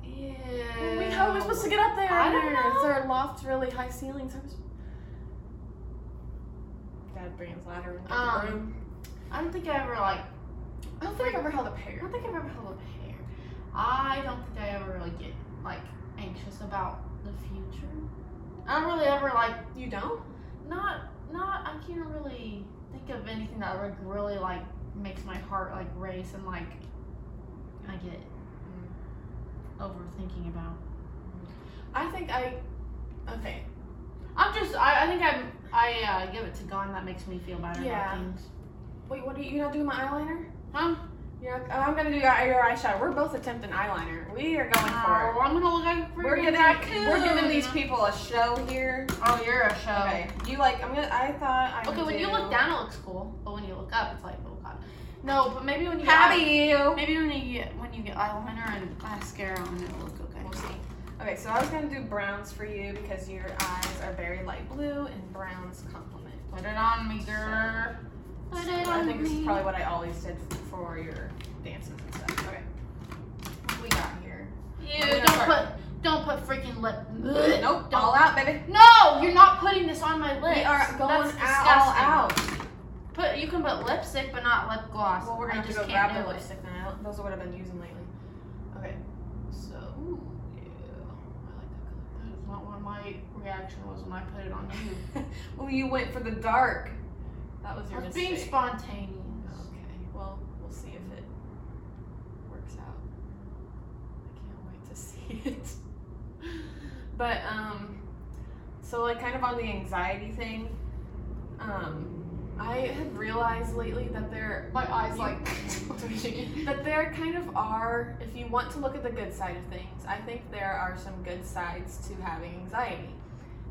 Speaker 1: Yeah.
Speaker 2: Wait, how are we supposed to get up there?
Speaker 1: I don't know.
Speaker 2: Is our loft really high ceilings? How was... Dad brings ladder into
Speaker 1: Um,
Speaker 2: the room.
Speaker 1: I don't think I ever like.
Speaker 2: I don't think I've ever held a
Speaker 1: I
Speaker 2: pair.
Speaker 1: don't think I've ever held up hair. I don't think I ever really get like anxious about the future. I don't really ever like
Speaker 2: You don't?
Speaker 1: not not I can't really think of anything that like really like makes my heart like race and like I get overthinking about.
Speaker 2: I think I. Okay.
Speaker 1: I'm just I, I think I'm I uh, give it to God and that makes me feel better
Speaker 2: Yeah.
Speaker 1: about things.
Speaker 2: Wait, what are you, you not doing my eyeliner?
Speaker 1: Huh?
Speaker 2: You're not, oh, I'm gonna do your, your eyeshadow. We're both attempting eyeliner. We are going for
Speaker 1: Oh, I'm gonna look like
Speaker 2: it. We're
Speaker 1: freaking
Speaker 2: giving, we're giving these people a show here.
Speaker 1: Oh, you're a show.
Speaker 2: Okay. You like, I'm gonna, I thought I.
Speaker 1: Okay,
Speaker 2: would
Speaker 1: when you
Speaker 2: do-
Speaker 1: look down, it looks cool, but when you look up, it's like, oh god. No, but maybe when you
Speaker 2: How do
Speaker 1: get,
Speaker 2: you?
Speaker 1: maybe when you get when you get eyeliner and mascara on, it'll look okay.
Speaker 2: We'll see. Okay, so I was gonna do browns for you because your eyes are very light blue and browns complement.
Speaker 1: Put it on me, girl. Put
Speaker 2: So
Speaker 1: it on
Speaker 2: I think
Speaker 1: me.
Speaker 2: this is probably what I always did for your dances and stuff. Okay. What do we got here? I'm
Speaker 1: Ew,
Speaker 2: gonna
Speaker 1: don't
Speaker 2: start.
Speaker 1: put don't put freaking lip.
Speaker 2: Nope,
Speaker 1: Don't.
Speaker 2: all out, baby.
Speaker 1: No, you're not putting this on my lips.
Speaker 2: We are going
Speaker 1: That's
Speaker 2: out, all
Speaker 1: disgusting.
Speaker 2: out.
Speaker 1: Put you can put lipstick, but not lip gloss.
Speaker 2: Well, we're gonna
Speaker 1: I
Speaker 2: have to
Speaker 1: just
Speaker 2: go
Speaker 1: can't
Speaker 2: grab the
Speaker 1: do it.
Speaker 2: lipstick now. Those are what I've been using lately. Okay. So. Ooh, ew. I like that color.
Speaker 1: That is not what my reaction was when I put
Speaker 2: <laughs>
Speaker 1: it on you.
Speaker 2: well, you went for the dark. That was
Speaker 1: I
Speaker 2: your
Speaker 1: was
Speaker 2: mistake.
Speaker 1: being spontaneous.
Speaker 2: Okay, well, we'll see if it works out. I can't wait to <laughs> see it. But um so like kind of on the anxiety thing, um I have realized lately that there
Speaker 1: My eyes
Speaker 2: You-
Speaker 1: <laughs>
Speaker 2: <laughs>
Speaker 1: like.
Speaker 2: that there kind of are if you want to look at the good side of things, I think there are some good sides to having anxiety.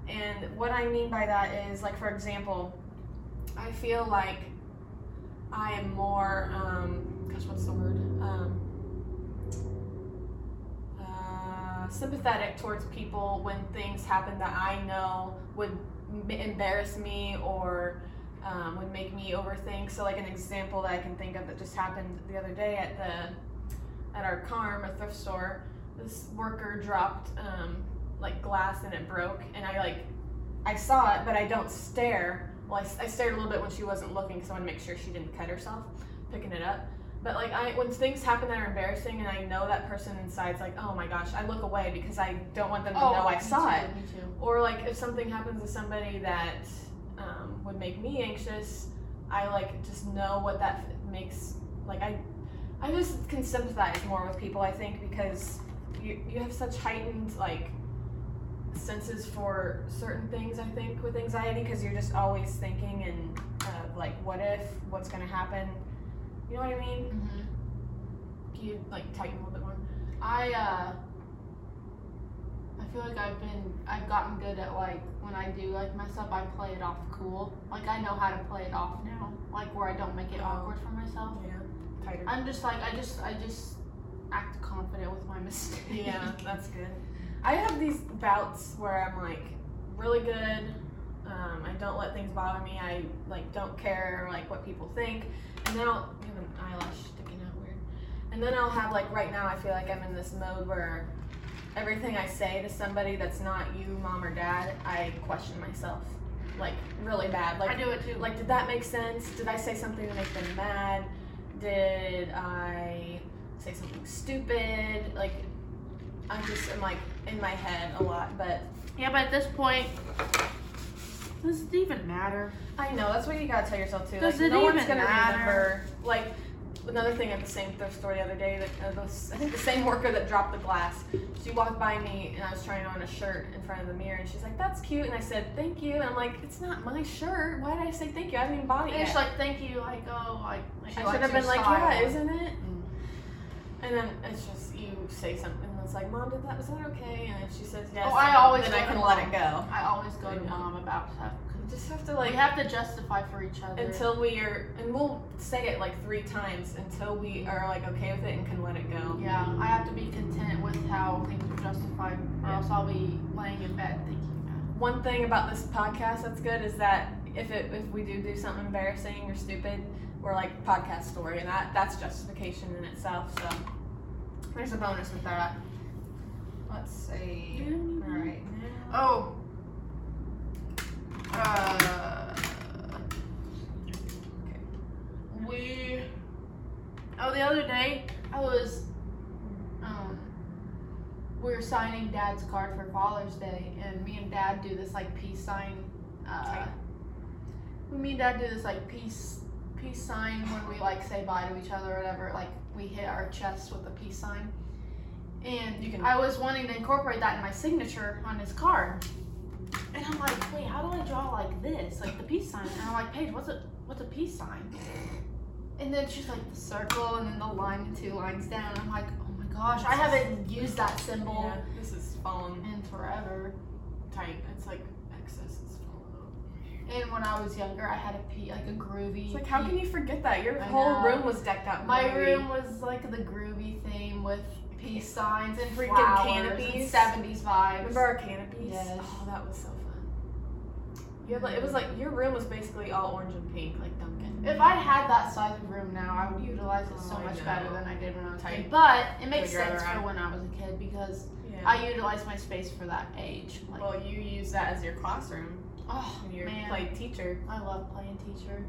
Speaker 2: And what I mean by that is like for example, I feel like I am more um gosh what's the word? Um uh, sympathetic towards people when things happen that I know would m- embarrass me or um, would make me overthink. So, like an example that I can think of that just happened the other day at the at our Carm, a thrift store, this worker dropped um, like glass and it broke, and I like I saw it, but I don't stare. Well, I, s- I stared a little bit when she wasn't looking, so I want to make sure she didn't cut herself picking it up. But like I, when things happen that are embarrassing, and I know that person inside's like, oh my gosh, I look away because I don't want them to know I
Speaker 1: oh, me
Speaker 2: saw
Speaker 1: too,
Speaker 2: it
Speaker 1: Me too.
Speaker 2: or like if something happens to somebody that um, would make me anxious i like just know what that f- makes like i i just can sympathize more with people i think because you, you have such heightened like senses for certain things i think with anxiety because you're just always thinking and uh, like what if what's going to happen you know what i mean
Speaker 1: Mhm.
Speaker 2: can you like tighten a little bit more
Speaker 1: I uh, I feel like I've been I've gotten good at like when I do like mess up I play it off cool. Like I know how to play it off now. Like where I don't make it
Speaker 2: Oh.
Speaker 1: awkward for myself.
Speaker 2: Yeah. Tighter.
Speaker 1: I'm just like I just I just act confident with my <laughs> mistakes.
Speaker 2: Yeah, that's good. I have these bouts where I'm like really good. Um, I don't let things bother me. I like don't care like what people think. And then I'll I have an eyelash sticking out weird. And then I'll have like right now I feel like I'm in this mode where everything I say to somebody that's not you, mom or dad, I question myself like really bad. Like
Speaker 1: I do it too.
Speaker 2: like did that make sense did i say something to make them mad did i say something stupid like i'm just i'm like in my head a lot but
Speaker 1: yeah, but at this point does it even matter?
Speaker 2: i know that's what you gotta tell yourself too
Speaker 1: Does
Speaker 2: like
Speaker 1: it
Speaker 2: no one's
Speaker 1: even
Speaker 2: gonna
Speaker 1: matter?
Speaker 2: remember like another thing at the same thrift store the other day that uh, those, i think the same worker that dropped the glass she walked by me and i was trying on a shirt in front of the mirror and she's like that's cute and i said thank you and i'm like it's not my shirt why did i say thank you i haven't even bought it
Speaker 1: And
Speaker 2: yet
Speaker 1: it's like thank you, like oh like, like
Speaker 2: I
Speaker 1: like
Speaker 2: should have
Speaker 1: your
Speaker 2: been like,
Speaker 1: style.
Speaker 2: yeah, isn't it? And then it's just you say something that's like, Mom, did that was that okay? And she says yes.
Speaker 1: Oh, I
Speaker 2: and
Speaker 1: always
Speaker 2: then I
Speaker 1: go
Speaker 2: can
Speaker 1: to
Speaker 2: let it go.
Speaker 1: I always go
Speaker 2: I
Speaker 1: to
Speaker 2: know.
Speaker 1: mom about stuff.
Speaker 2: You just have to like
Speaker 1: Like we have to justify for each other.
Speaker 2: until we are, and we'll say it like three times until we are like okay with it and can let it go.
Speaker 1: Yeah, I have to be content with how things are justified, or
Speaker 2: Yeah.
Speaker 1: else I'll be laying in bed thinking about
Speaker 2: One thing about this podcast that's good is that if it if we do do something embarrassing or stupid, we're like podcast story, and that that's justification in itself. So there's a bonus with that. Let's see. All right.
Speaker 1: it. Oh. Uh. We. Oh, the other day I was. Um. We were signing Dad's card for Father's Day, and me and Dad do this like peace sign. Uh,
Speaker 2: Okay.
Speaker 1: me and Dad do this like peace peace sign when we like say bye to each other or whatever. Like we hit our chest with a peace sign. And
Speaker 2: You can-
Speaker 1: I was wanting to incorporate that in my signature on his card. And I'm like, wait, how do I draw like this, like the peace sign? And I'm like, Paige, what's a what's a peace sign? And then she's like the circle, and then the line, and two lines down. I'm like, oh my gosh, I haven't used that symbol
Speaker 2: Yeah, this is falling
Speaker 1: in forever.
Speaker 2: tight. It's like excess is falling out.
Speaker 1: And when I was younger, I had a P, like a groovy.
Speaker 2: It's like how
Speaker 1: P-
Speaker 2: can you forget that? Your
Speaker 1: Mm-hmm. I
Speaker 2: whole
Speaker 1: know.
Speaker 2: room was decked out. in
Speaker 1: My
Speaker 2: glory.
Speaker 1: room was like the groovy theme with peace signs and
Speaker 2: Freaking
Speaker 1: flowers
Speaker 2: canopies.
Speaker 1: and 70s vibes.
Speaker 2: Remember our canopies?
Speaker 1: Yes.
Speaker 2: Oh, that was so fun. You had like it was like your room was basically all orange and pink, like Duncan.
Speaker 1: If I had that size of room now, I would utilize it so
Speaker 2: Oh, I
Speaker 1: much
Speaker 2: know.
Speaker 1: better than I did when I was a
Speaker 2: Tight.
Speaker 1: kid. But it makes
Speaker 2: Would you rather
Speaker 1: sense for
Speaker 2: I-
Speaker 1: when I was a kid because
Speaker 2: Yeah.
Speaker 1: I utilized my space for that age. Like,
Speaker 2: well, you use that as your classroom
Speaker 1: oh
Speaker 2: and your
Speaker 1: man,
Speaker 2: like teacher.
Speaker 1: I love playing teacher.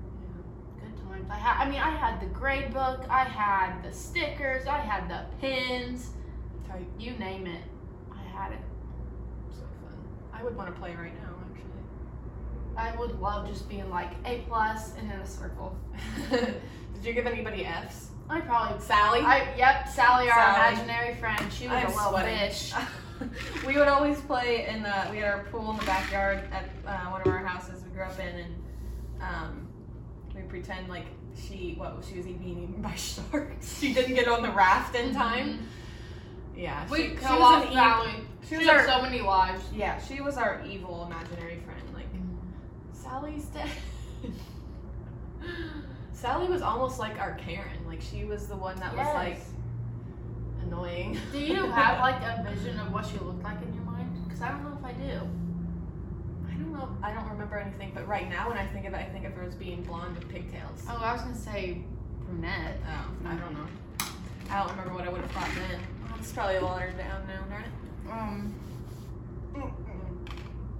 Speaker 1: Good times. I had. I mean, I had the grade book. I had the stickers. I had the pins.
Speaker 2: Tight.
Speaker 1: You name it, I had it.
Speaker 2: So fun. I would want to play right now, actually.
Speaker 1: I would love just being like A plus and in a circle.
Speaker 2: <laughs> Did you give anybody Fs?
Speaker 1: I probably.
Speaker 2: Sally.
Speaker 1: I yep. Sally, our
Speaker 2: Sally.
Speaker 1: imaginary friend. She was
Speaker 2: I'm
Speaker 1: a little
Speaker 2: sweating. <laughs>
Speaker 1: bitch.
Speaker 2: we would always play in the we had our pool in the backyard at uh, one of our houses we grew up in and um, we pretend like she what she was even eaten by <laughs> sharks she didn't get on the raft in time
Speaker 1: Mm-hmm.
Speaker 2: yeah
Speaker 1: We
Speaker 2: she,
Speaker 1: she,
Speaker 2: she was
Speaker 1: lost
Speaker 2: an evil,
Speaker 1: Sally.
Speaker 2: she
Speaker 1: She
Speaker 2: was
Speaker 1: had
Speaker 2: our
Speaker 1: so many lives.
Speaker 2: yeah she was our evil imaginary friend like Sally's dead <laughs> Sally was almost like our Karen like she was the one that was like annoying <laughs>
Speaker 1: Do you have like a vision of what she looked like in your mind? Because I don't know if I do.
Speaker 2: I don't know. I don't remember anything, but right now when I think of it, I think of her as being blonde with pigtails.
Speaker 1: Oh, I was gonna say brunette.
Speaker 2: Oh, I don't know. I don't remember what I would have thought then. Well, Oh, It's probably watered down now, right?
Speaker 1: Um,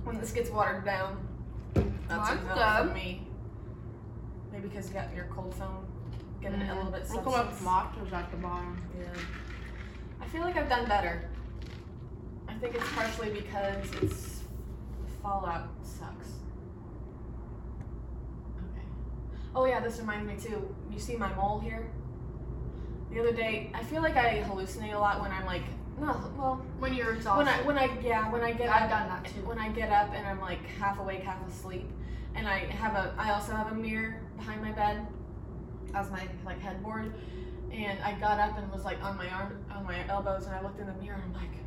Speaker 2: When this gets watered down, that's
Speaker 1: Mine's
Speaker 2: enough
Speaker 1: good.
Speaker 2: for me. Maybe because you got your cold phone, getting it a little bit
Speaker 1: Look at
Speaker 2: substance.
Speaker 1: monsters at the bottom.
Speaker 2: Yeah. I feel like I've done better. I think it's partially because it's Fallout sucks. Okay. Oh yeah, this reminds me too. You see my mole here? The other day, I feel like I hallucinate a lot when I'm like, no, well,
Speaker 1: When you're exhausted.
Speaker 2: when I when I yeah when I get
Speaker 1: I've
Speaker 2: up-
Speaker 1: done that too.
Speaker 2: When I get up and I'm like half awake, half asleep, and I have a I also have a mirror behind my bed as my like headboard, and I got up and was like on my arm on my elbows, and I looked in the mirror and I'm like,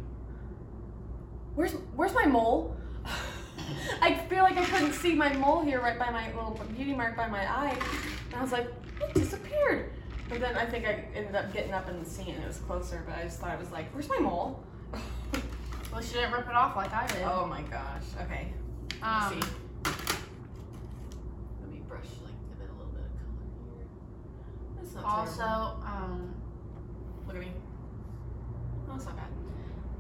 Speaker 2: where's where's my mole? <laughs> I feel like I couldn't see my mole here right by my little beauty mark by my eye. And I was like, it disappeared. But then I think I ended up getting up and seeing it. It was closer, but I just thought I was like, where's my mole? <laughs>
Speaker 1: Well, she didn't rip it off like I did.
Speaker 2: oh my gosh. Okay. Let me
Speaker 1: Um,
Speaker 2: see.
Speaker 3: Let me brush like give it a little bit of color here.
Speaker 2: That's not
Speaker 1: also,
Speaker 2: terrible.
Speaker 1: um,
Speaker 2: Look at me. Oh, it's not bad.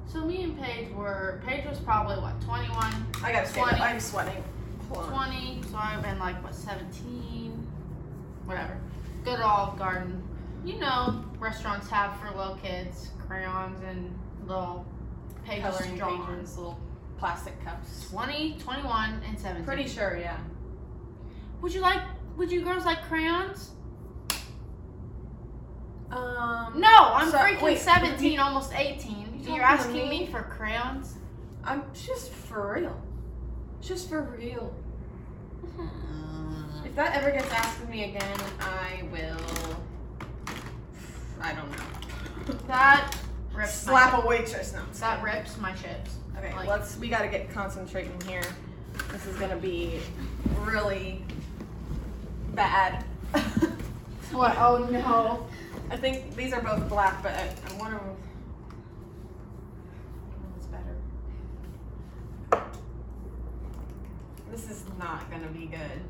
Speaker 1: so me and Paige were, Paige was probably what, 21?
Speaker 2: I gotta stand up.
Speaker 1: Twenty.
Speaker 2: I'm sweating. Hold on.
Speaker 1: 20, so I've been like, what, 17? Whatever. Go to Olive Garden. You know, restaurants have for little kids crayons and little pages
Speaker 2: Coloring
Speaker 1: drawn.
Speaker 2: pages, little plastic cups.
Speaker 1: 20, 21, and 17.
Speaker 2: Pretty sure, yeah.
Speaker 1: Would you like, would you girls like crayons?
Speaker 2: Um,
Speaker 1: No, I'm
Speaker 2: So-
Speaker 1: freaking
Speaker 2: wait,
Speaker 1: 17, almost 18.
Speaker 2: you
Speaker 1: You're
Speaker 2: talking to
Speaker 1: asking
Speaker 2: me?
Speaker 1: me for crayons?
Speaker 2: I'm just for real. Just for real. If that ever gets asked of me again, I will. I don't know.
Speaker 1: That rips my
Speaker 2: Slap a waitress now.
Speaker 1: shit. That rips my chips.
Speaker 2: Okay,
Speaker 1: Like-
Speaker 2: let's. We gotta get concentrating here. This is gonna be really bad. <laughs>
Speaker 1: What? Oh no.
Speaker 2: I think these are both black, but I, I want to. It's better. This is not gonna be good.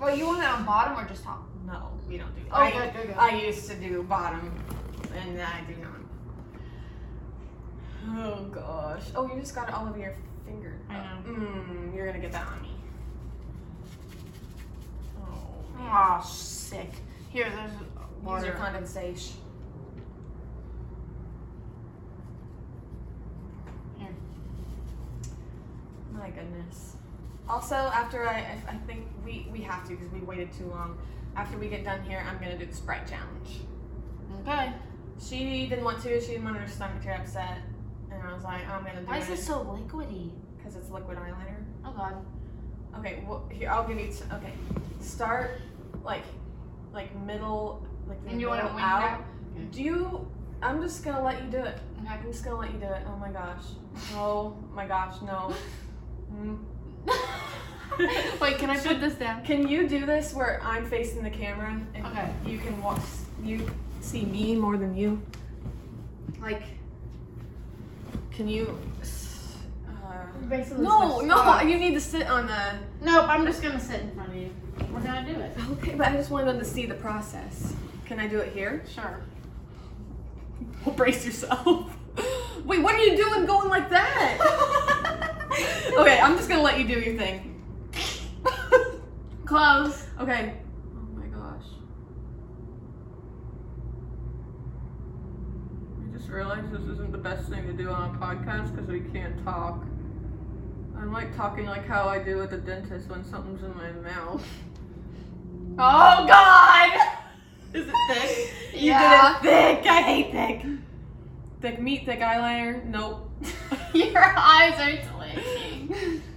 Speaker 1: Well, you want it on bottom or just top?
Speaker 2: No, we don't do.
Speaker 1: Oh,
Speaker 2: I,
Speaker 1: good, good, good.
Speaker 2: I used to do bottom, and I do not. Oh gosh. Oh, you just got it all over your finger.
Speaker 1: I know.
Speaker 2: Mmm, you're gonna get that on me. Oh, man.
Speaker 1: Aw, sick. Here, there's
Speaker 2: Use your
Speaker 1: water.
Speaker 2: condensation.
Speaker 1: Here.
Speaker 2: My goodness. Also, after I, I- I think we we have to because we waited too long. After we get done here, I'm gonna do the Sprite challenge.
Speaker 1: okay.
Speaker 2: She didn't want to. She didn't want her stomach to upset, and I was like, "Oh, I'm gonna do
Speaker 1: Why is
Speaker 2: it
Speaker 1: this so liquidy?
Speaker 2: because it's liquid eyeliner.
Speaker 1: Oh god.
Speaker 2: Okay, well, here I'll give you. T- okay, start like, like middle, like the
Speaker 1: And you want
Speaker 2: middle
Speaker 1: to wing
Speaker 2: out.
Speaker 1: out?
Speaker 2: Do you? I'm just gonna let you do it.
Speaker 1: Okay.
Speaker 2: I'm just gonna let you do it. Oh my gosh.
Speaker 1: <laughs>
Speaker 2: Oh my gosh. No. Mm.
Speaker 1: Wait, can I put this down?
Speaker 2: Can you do this where I'm facing the camera and
Speaker 1: Okay.
Speaker 2: you can watch? You see me more than you. Like, can you? s- Uh,
Speaker 1: Basically,
Speaker 2: no, no. You need to sit on the.
Speaker 1: Nope, I'm just gonna sit in front of you. We're gonna do it.
Speaker 2: Okay, but I just wanted them to see the process. Can I do it here?
Speaker 1: Sure.
Speaker 2: Well, <laughs> brace yourself. Wait, what are you doing going like <laughs> that? okay, I'm just gonna let you do your thing. <laughs>
Speaker 1: Close.
Speaker 2: okay. Oh my gosh.
Speaker 4: I just realized this isn't the best thing to do on a podcast because we can't talk. I'm like talking like how I do at the dentist when something's in my mouth. <laughs>
Speaker 2: Oh god! Is it thick? You
Speaker 1: Yeah.
Speaker 2: did it thick. I hate thick. Thick meat, thick eyeliner.
Speaker 4: <laughs>
Speaker 2: Nope.
Speaker 1: <laughs> Your eyes are twitching.
Speaker 2: <laughs>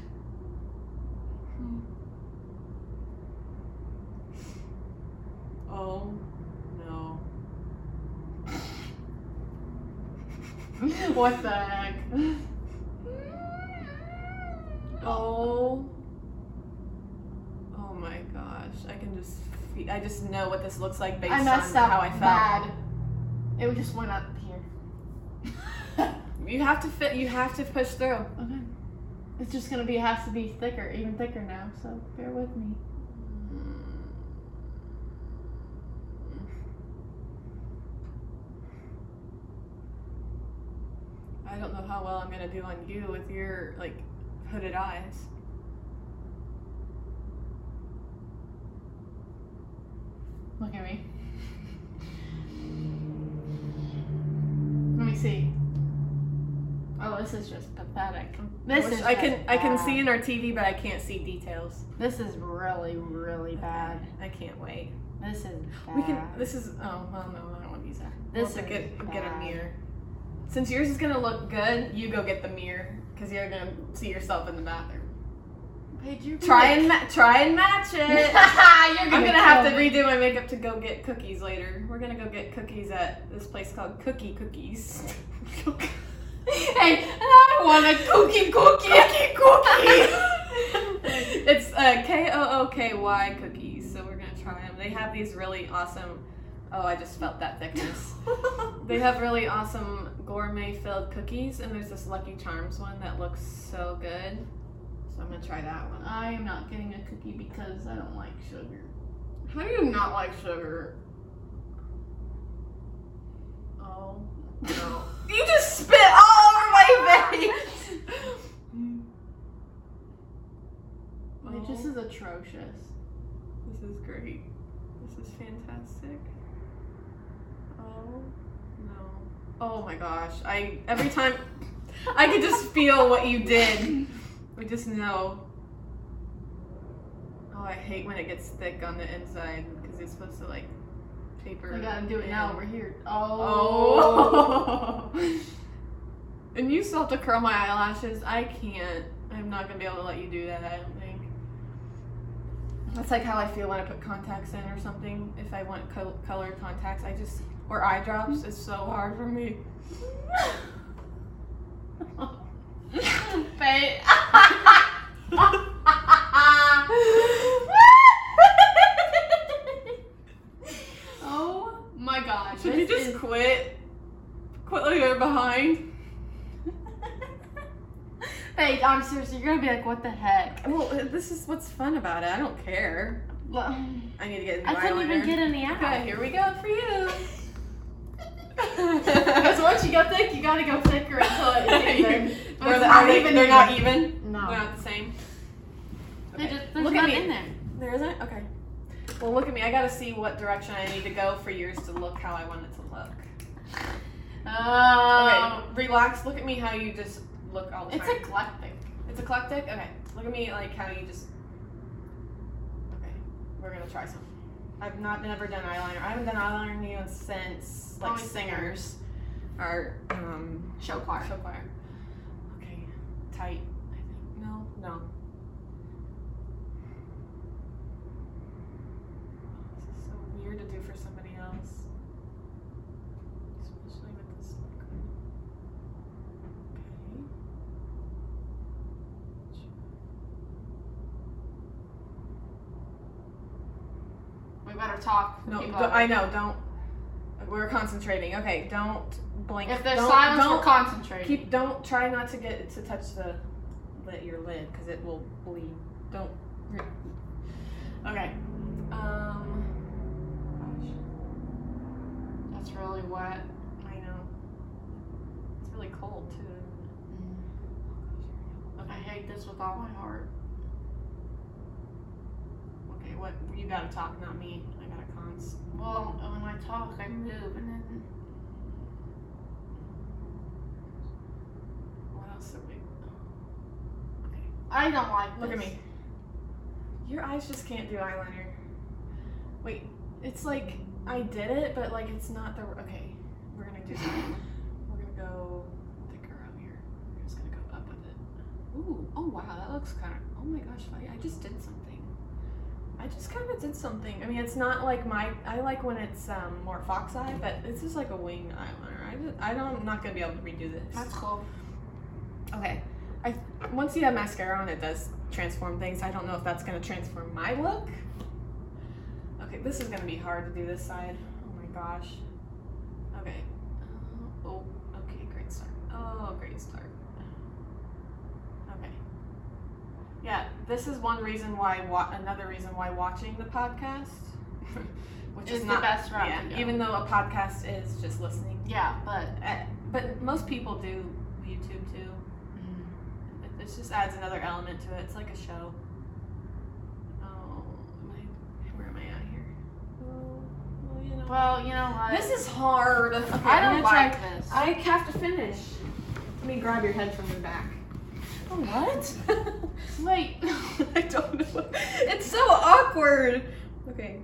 Speaker 2: oh no.
Speaker 1: what the heck?
Speaker 2: Oh. Oh my gosh! I can just fe- I just know what this looks like based
Speaker 1: I
Speaker 2: on
Speaker 1: messed up
Speaker 2: how I felt.
Speaker 1: bad. It just went up here.
Speaker 2: You have to fit. You have to push through.
Speaker 1: <laughs> okay. It's just gonna be has to be thicker, even thicker now. So bear with me.
Speaker 2: I don't know how well I'm gonna do on you with your like hooded eyes.
Speaker 1: Look at me. Let me see. Oh, this is just pathetic. This
Speaker 2: Which
Speaker 1: is
Speaker 2: I
Speaker 1: just
Speaker 2: can I can
Speaker 1: bad.
Speaker 2: see in our TV, but I can't see details.
Speaker 1: This is really, really bad.
Speaker 2: I can't wait.
Speaker 1: This is bad.
Speaker 2: We can. This is. Oh well, no, I don't want to use that. We'll
Speaker 1: This
Speaker 2: have to
Speaker 1: is
Speaker 2: get get a
Speaker 1: bad.
Speaker 2: mirror. Since yours is gonna look good, you go get the mirror because you're gonna see yourself in the bathroom.
Speaker 1: Paige, you're
Speaker 2: Try and ma- try and match
Speaker 1: <laughs>
Speaker 2: it.
Speaker 1: You're
Speaker 2: I'm gonna have to redo my makeup to go get <laughs> cookies later. We're gonna go get cookies at this place called Cookie Cookies.
Speaker 1: hey, and <laughs> I want a cookie cookie. Cookie cookie.
Speaker 2: <laughs> it's uh, K O O K Y cookies, so we're gonna try them. They have these really awesome. Oh, I just felt that thickness. they have really awesome gourmet filled cookies, and there's this Lucky Charms one that looks so good. So I'm gonna try that one.
Speaker 1: I am not getting a cookie because I don't like sugar.
Speaker 2: How do you not like sugar? Oh no! you just spit all over
Speaker 1: <laughs>
Speaker 2: my <laughs> face.
Speaker 1: Like, this is atrocious.
Speaker 2: Oh, This is great. This is fantastic. Oh no. Oh my gosh. I every time I could just feel what you did. We just know. Oh, I hate when it gets thick on the inside because it's supposed to like paper.
Speaker 1: I gotta do it now. We're here. Oh.
Speaker 2: Oh. <laughs> and you still have to curl my eyelashes. I can't. I'm not gonna be able to let you do that. I don't think. That's like how I feel when I put contacts in or something. If I want co- color contacts, I just or eye drops. It's so hard for me.
Speaker 1: Fate. <laughs> oh my gosh.
Speaker 2: <laughs> Should you
Speaker 1: this
Speaker 2: just
Speaker 1: <laughs> is-
Speaker 2: quit? Quit like you're behind.
Speaker 1: Fate, I'm serious. You're gonna be like, what the heck?
Speaker 2: Well, this is what's fun about it. I don't care.
Speaker 1: I
Speaker 2: I need to get.
Speaker 1: couldn't even get any out.
Speaker 2: Okay, here we go for <laughs> you.
Speaker 1: Because once you go thick, you gotta go thicker until
Speaker 2: <laughs>
Speaker 1: it's even. But
Speaker 2: Or
Speaker 1: it's
Speaker 2: the-
Speaker 1: not
Speaker 2: are they-
Speaker 1: even
Speaker 2: They're not even.
Speaker 1: No.
Speaker 2: They're not the same.
Speaker 1: They
Speaker 2: Okay.
Speaker 1: just, there's
Speaker 2: Look at
Speaker 1: none
Speaker 2: me.
Speaker 1: in there.
Speaker 2: There isn't. Okay. Well, look at me. I gotta see what direction I need to go for yours to look how I want it to look.
Speaker 1: Oh.
Speaker 2: okay. Relax. Look at me. How you just look all the
Speaker 1: It's
Speaker 2: time.
Speaker 1: eclectic.
Speaker 2: It's Um, eclectic. Okay. Look at me like how you just. Okay. We're gonna try some. I've not never done eyeliner. I haven't done eyeliner neon since like
Speaker 1: Probably
Speaker 2: singers are um
Speaker 1: Show car.
Speaker 2: show choir. Okay. Tight. I think. No. No. This is so weird to do for somebody else. Especially with this look. Okay.
Speaker 1: We better talk. for
Speaker 2: No,
Speaker 1: people
Speaker 2: d-
Speaker 1: out
Speaker 2: I know. Don't. We're concentrating. Okay, don't blink.
Speaker 1: there. If there's
Speaker 2: don't,
Speaker 1: silence,
Speaker 2: don't
Speaker 1: we're concentrating.
Speaker 2: keep. Don't try not to get to touch the, lid, your lid, because it will bleed. Don't.
Speaker 1: okay.
Speaker 2: Um.
Speaker 1: That's really wet.
Speaker 2: I know. It's really cold too.
Speaker 1: Mm. I hate this with all my heart.
Speaker 2: Okay, what you gotta talk, not me. I gotta cons.
Speaker 1: Well, when I talk, I move, and then
Speaker 2: What else did we?
Speaker 1: I don't like.
Speaker 2: Look at
Speaker 1: this.
Speaker 2: me. Your eyes just can't do eyeliner. Wait, it's like I did it, but like it's not the okay. We're gonna do <laughs> something. We're gonna go thicker out here. We're just gonna go up with it. Ooh, oh wow, that looks kind of. Oh my gosh, I, I just did something. I just kind of did something. I mean, it's not like my. I like when it's um, more fox eye, but this is like a wing eyeliner. I, did, I don't. I'm not gonna be able to redo this.
Speaker 1: That's cool.
Speaker 2: Okay. I once you have mascara on, it does transform things. I don't know if that's gonna transform my look. Okay, this is gonna be hard to do this side. Oh my gosh. Okay. Uh, oh. Okay. Great start. Oh, great start. Okay. Yeah, this is one reason why. Wa- another reason why watching the podcast, <laughs> which
Speaker 1: It's
Speaker 2: is
Speaker 1: the
Speaker 2: not
Speaker 1: best route.
Speaker 2: yeah,
Speaker 1: to go.
Speaker 2: even though a podcast is just listening
Speaker 1: yeah, but
Speaker 2: uh, but most people do YouTube too. It This just adds another element to it. It's like a show. Oh, my, where am I at here? Oh, well, you know.
Speaker 1: well, you know what?
Speaker 2: This is hard.
Speaker 1: I don't like this.
Speaker 2: I have to finish. Let me grab your head from your back. Oh, What? <laughs>
Speaker 1: Wait. <laughs>
Speaker 2: I don't know. It's so awkward. Okay.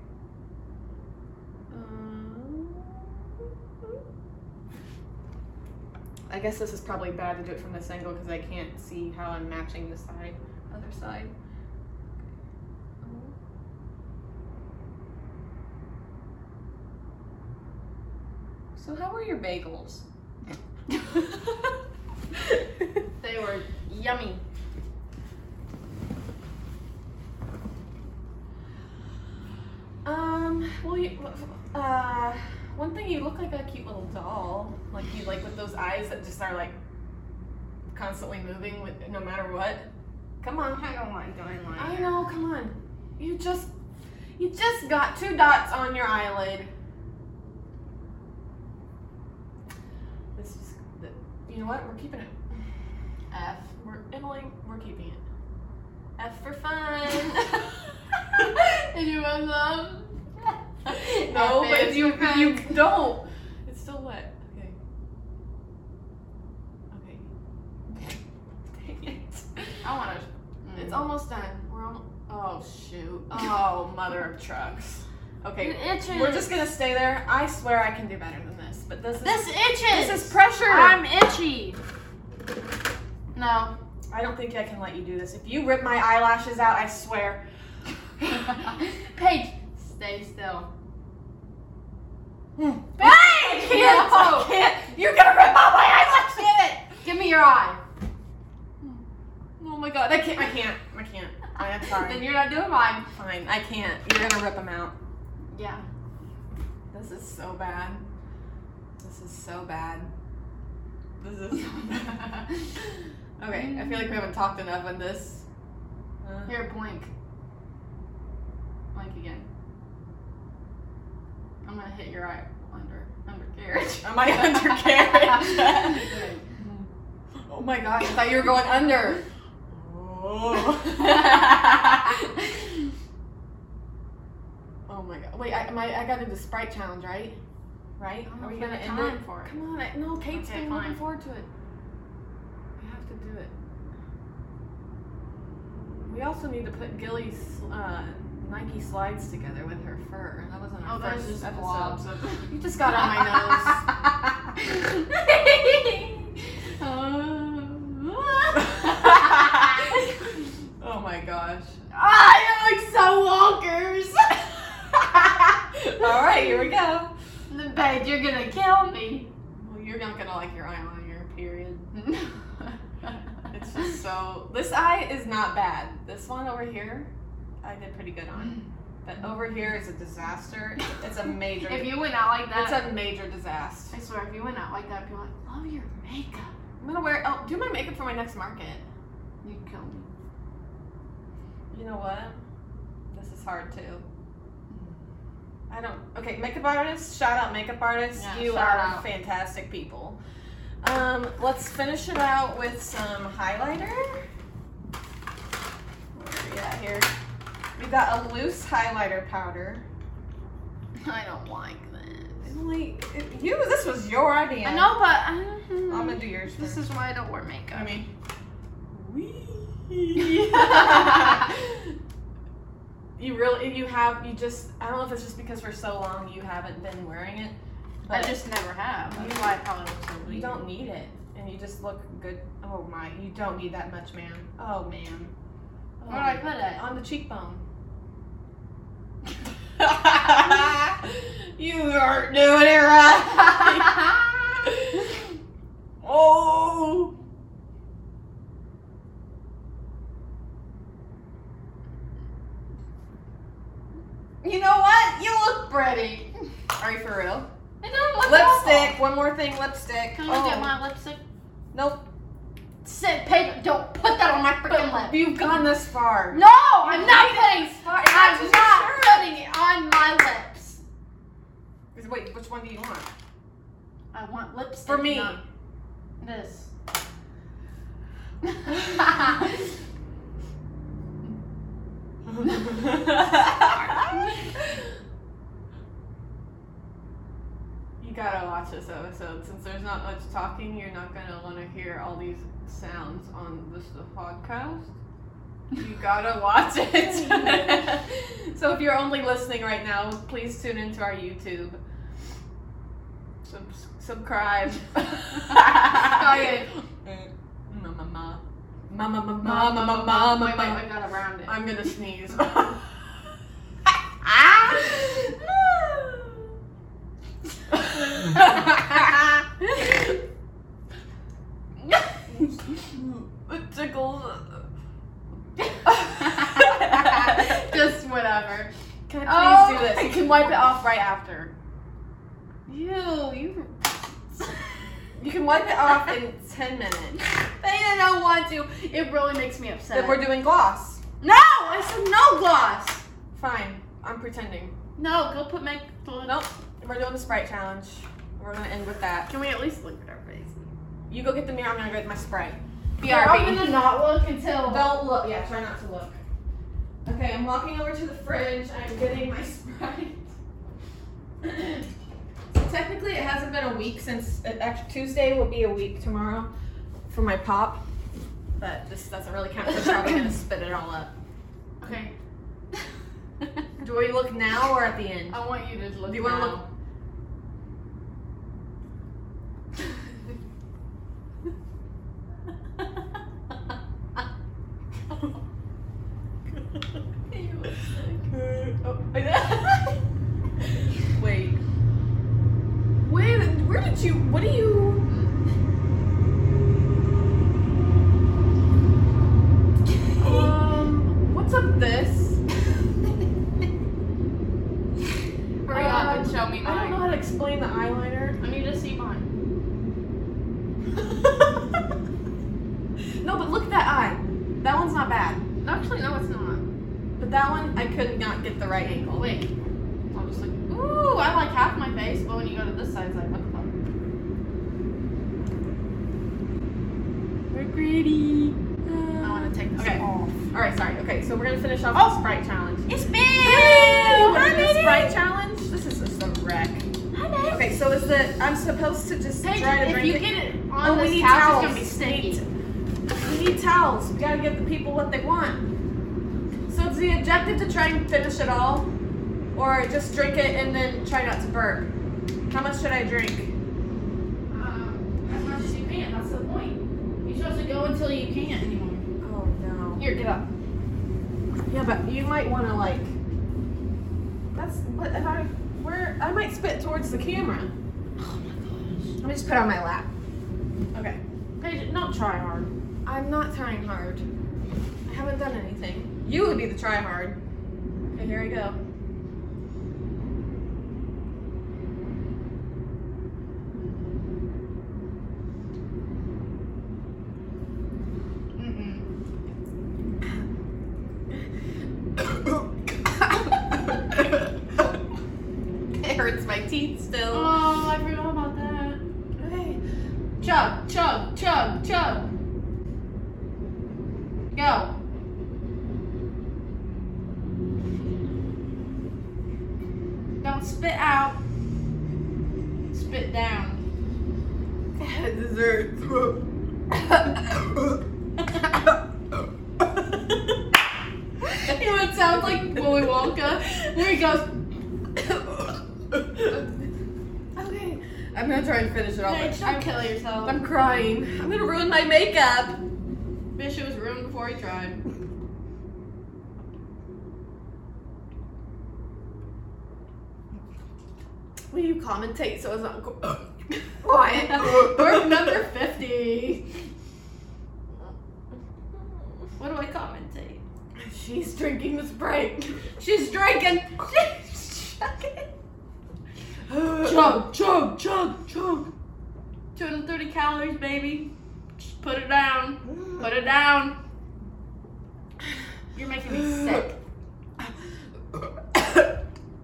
Speaker 2: Um, I guess this is probably bad to do it from this angle because I can't see how I'm matching the side, other side. <laughs> So how were your bagels? Um, mean, uh, you look like a cute little doll. Like you, like with those eyes that just are like constantly moving, with no matter what. Come on,
Speaker 3: I don't like going like.
Speaker 2: I know. Come on, you just, you just got two dots on your eyelid. This is, th- you know what? We're keeping it. F. We're Emily. We're keeping <laughs> it. F for fun.
Speaker 1: And you want them?
Speaker 2: <laughs> no,
Speaker 1: F
Speaker 2: but
Speaker 1: is
Speaker 2: if you
Speaker 1: for
Speaker 2: if <laughs>
Speaker 1: fun.
Speaker 2: you don't, it's still wet. Okay. Okay. <laughs> Dang it.
Speaker 1: I want to.
Speaker 2: Mm. It's
Speaker 1: Mm.
Speaker 2: almost done. We're almost. Oh <laughs>
Speaker 1: <laughs>
Speaker 2: shoot. Oh mother of trucks. Okay.
Speaker 1: itches.
Speaker 2: We're just gonna stay there. I swear I can do better than this, but this is
Speaker 1: This itches.
Speaker 2: this is pressure.
Speaker 1: I'm itchy. <laughs> No.
Speaker 2: <laughs> I don't think I can let you do this. If you rip my eyelashes out, I <laughs> swear. Hmm.
Speaker 1: Paige, stay still.
Speaker 2: I can't. I can't. You're gonna rip out my eyelashes.
Speaker 1: Give me your eye.
Speaker 2: Oh my god. I can't. I can't. I can't. I'm
Speaker 1: then
Speaker 2: sorry.
Speaker 1: you're not doing mine.
Speaker 2: Fine. I can't. You're gonna rip them out.
Speaker 1: Yeah.
Speaker 2: This is so bad. This is so bad. <laughs> This is <laughs> so bad. okay, I feel like we haven't talked enough on this. Uh,
Speaker 1: Here, blink. Blink again. I'm gonna hit your eye under undercarriage.
Speaker 2: am I
Speaker 1: <laughs>
Speaker 2: undercarriage? oh my gosh, I thought you were going under. Oh. <laughs> oh my god. Wait, I, my, I got into Sprite Challenge, right? Right?
Speaker 1: I don't
Speaker 2: Are we
Speaker 1: think
Speaker 2: gonna
Speaker 1: we
Speaker 2: end
Speaker 1: have
Speaker 2: it?
Speaker 1: time for it.
Speaker 2: Come on, I, no, Kate's
Speaker 1: Okay,
Speaker 2: been looking
Speaker 1: fine.
Speaker 2: forward to it. We have to do it. We also need to put Gilly's uh, Nike slides together with her fur. That wasn't our
Speaker 1: Oh,
Speaker 2: first
Speaker 1: that's just
Speaker 2: episode.
Speaker 1: blobs.
Speaker 2: <laughs>
Speaker 1: <laughs>
Speaker 2: You just got on my Oh. nose. oh my gosh.
Speaker 1: Ah, you look so wonkers.
Speaker 2: All right, here we go.
Speaker 1: Paige, you're gonna kill me.
Speaker 2: Well, you're not gonna like your eyeliner, period. It's just so. This eye is not bad. This one over here, I did pretty good on. But over here is a disaster. It's a major.
Speaker 1: <laughs> if you went out like
Speaker 2: it's
Speaker 1: that,
Speaker 2: a major disaster.
Speaker 1: I swear, if you went out like that, people would be like, love your makeup.
Speaker 2: I'm gonna wear. Oh, do my makeup for my next market.
Speaker 1: You'd kill me. <laughs>
Speaker 2: You know what? This is hard too. I don't. Okay, makeup artists. Shout out makeup artists.
Speaker 1: Yeah,
Speaker 2: you
Speaker 1: shout
Speaker 2: are
Speaker 1: out.
Speaker 2: fantastic people. Um, let's finish it out with some highlighter. Where are we at here? We got a loose highlighter powder.
Speaker 1: I don't like this.
Speaker 2: Emily, it- you. This was your idea.
Speaker 1: I know, but
Speaker 2: I'm gonna do yours.
Speaker 1: This
Speaker 2: first.
Speaker 1: is why I don't wear makeup.
Speaker 2: I mean. <laughs> you really, you have, you just, I don't know if it's just because for so long you haven't been wearing it,
Speaker 1: I
Speaker 2: but
Speaker 1: just never have. That's why I probably look so
Speaker 2: you
Speaker 1: weird.
Speaker 2: don't need it, and you just look good. Oh my, you don't need that much, man. Oh man. Oh,
Speaker 1: Where do I put it?
Speaker 2: on the cheekbone. <laughs> you aren't doing it <laughs> right. oh. You know what? You look pretty. Are you for real?
Speaker 1: It don't look
Speaker 2: Lipstick. One more thing. Lipstick.
Speaker 1: Can I
Speaker 2: Oh.
Speaker 1: get my lipstick?
Speaker 2: Nope.
Speaker 1: Sit, Paige, don't put that on my freaking lip.
Speaker 2: You've gone this far.
Speaker 1: No, I'm not putting.
Speaker 2: That's
Speaker 1: I'm
Speaker 2: just
Speaker 1: not
Speaker 2: your shirt.
Speaker 1: putting it on my lips.
Speaker 2: Wait, which one do you want?
Speaker 1: I want lipstick.
Speaker 2: For me.
Speaker 1: not
Speaker 2: <laughs>
Speaker 1: This. <laughs>
Speaker 2: you gotta watch this episode since there's not much talking. You're not gonna want to hear all these sounds on this the podcast. You gotta watch it. so if you're only listening right now, please tune into our YouTube. Sub- subscribe.
Speaker 1: Okay.
Speaker 2: Mama, mama, mama, mama, mama, mama,
Speaker 1: Wait, wait,
Speaker 2: mama.
Speaker 1: I gotta round it.
Speaker 2: I'm gonna sneeze. it tickles.
Speaker 1: Just whatever.
Speaker 2: Can
Speaker 1: Oh <laughs>
Speaker 2: I please do this? Oh, You can
Speaker 1: my Oh,
Speaker 2: wipe it off right after.
Speaker 1: Ew, you.
Speaker 2: You can wipe it off <laughs> in 10 minutes.
Speaker 1: <laughs> They don't want to. It really makes me upset.
Speaker 2: If we're doing gloss,
Speaker 1: no, I said no gloss.
Speaker 2: fine. I'm pretending.
Speaker 1: No, go put make.
Speaker 2: Nope. We're doing the Sprite challenge. We're gonna end with that.
Speaker 1: Can we at least look at our face?
Speaker 2: You go get the mirror. I'm gonna go get my Sprite.
Speaker 1: BRB.
Speaker 2: I'm gonna not
Speaker 1: look until. <laughs>
Speaker 2: Don't look. Yeah, try not to look. Okay, I'm walking over to the fridge. I'm getting my <laughs> Sprite. so technically, it hasn't been a week since uh, actually, Tuesday will be a week tomorrow for my pop. But this doesn't really count. 'cause I'm probably
Speaker 1: <laughs>
Speaker 2: gonna spit it all up.
Speaker 1: Okay.
Speaker 2: Do we look now or at the end?
Speaker 1: I want you to look.
Speaker 2: Do you want to
Speaker 1: now.
Speaker 2: look? <laughs> Wait. <laughs> Where where did you what do you um what's up this?
Speaker 1: <laughs> Hurry up and
Speaker 2: Um,
Speaker 1: show me
Speaker 2: I don't know
Speaker 1: mine.
Speaker 2: how to explain the eyeliner. <laughs>
Speaker 1: I need to see mine.
Speaker 2: no, but look at that eye. That one's not bad.
Speaker 1: Actually, no, it's not.
Speaker 2: But that one I could not get the right angle.
Speaker 1: Wait. I'm just like, ooh, I like half my face, but when you go to this side, it's like, what the fuck?
Speaker 2: We're pretty.
Speaker 1: I want to take this
Speaker 2: Okay.
Speaker 1: off.
Speaker 2: Alright, sorry. Okay, so we're gonna finish off
Speaker 1: Oh.
Speaker 2: the Sprite challenge.
Speaker 1: It's me!
Speaker 2: We're
Speaker 1: Hi,
Speaker 2: doing the Sprite challenge? This is just a wreck. Okay, so is the I'm supposed to just
Speaker 1: Paige,
Speaker 2: try to
Speaker 1: if
Speaker 2: drink
Speaker 1: you
Speaker 2: it.
Speaker 1: get it
Speaker 2: Oh,
Speaker 1: on
Speaker 2: we
Speaker 1: this
Speaker 2: need
Speaker 1: couch, it's gonna
Speaker 2: towels.
Speaker 1: be stinky.
Speaker 2: We need towels. We gotta give the people what they want. So it's the objective to try and finish it all, or just drink it and then try not to burp. How much should I drink?
Speaker 1: Um, as much as you can, that's the point. You're supposed to go until you can't anymore.
Speaker 2: Oh no.
Speaker 1: Here, get up.
Speaker 2: Yeah, but you might want to like. That's what if I where I might spit towards the camera.
Speaker 1: Oh my gosh.
Speaker 2: Let me just put it on my lap. Okay.
Speaker 1: Paige, don't try hard.
Speaker 2: I'm not trying hard. I haven't done anything. You would be the try hard. Okay, here we go.
Speaker 1: Mm-mm.
Speaker 2: <coughs> it hurts my teeth still.
Speaker 1: Oh, I forgot about that.
Speaker 2: Okay.
Speaker 1: Chug, chug, chug, chug. Go. Don't spit out. Spit down. <laughs>
Speaker 2: Dessert.
Speaker 1: You know, it sounds like Willy Wonka. There he goes.
Speaker 2: okay. I'm gonna try and finish it all.
Speaker 1: Bitch, don't kill yourself.
Speaker 2: I'm crying. I'm gonna ruin my makeup.
Speaker 1: Bitch, it was ruined before he tried.
Speaker 2: Will you commentate so it's not qu- <coughs> quiet? We're number 50.
Speaker 1: What do I commentate?
Speaker 2: She's drinking the Sprite. She's drinking. She's chugging.
Speaker 1: Chug, chug, chug, chug. 230 calories, baby. Just put it down. Put it down. You're making me sick.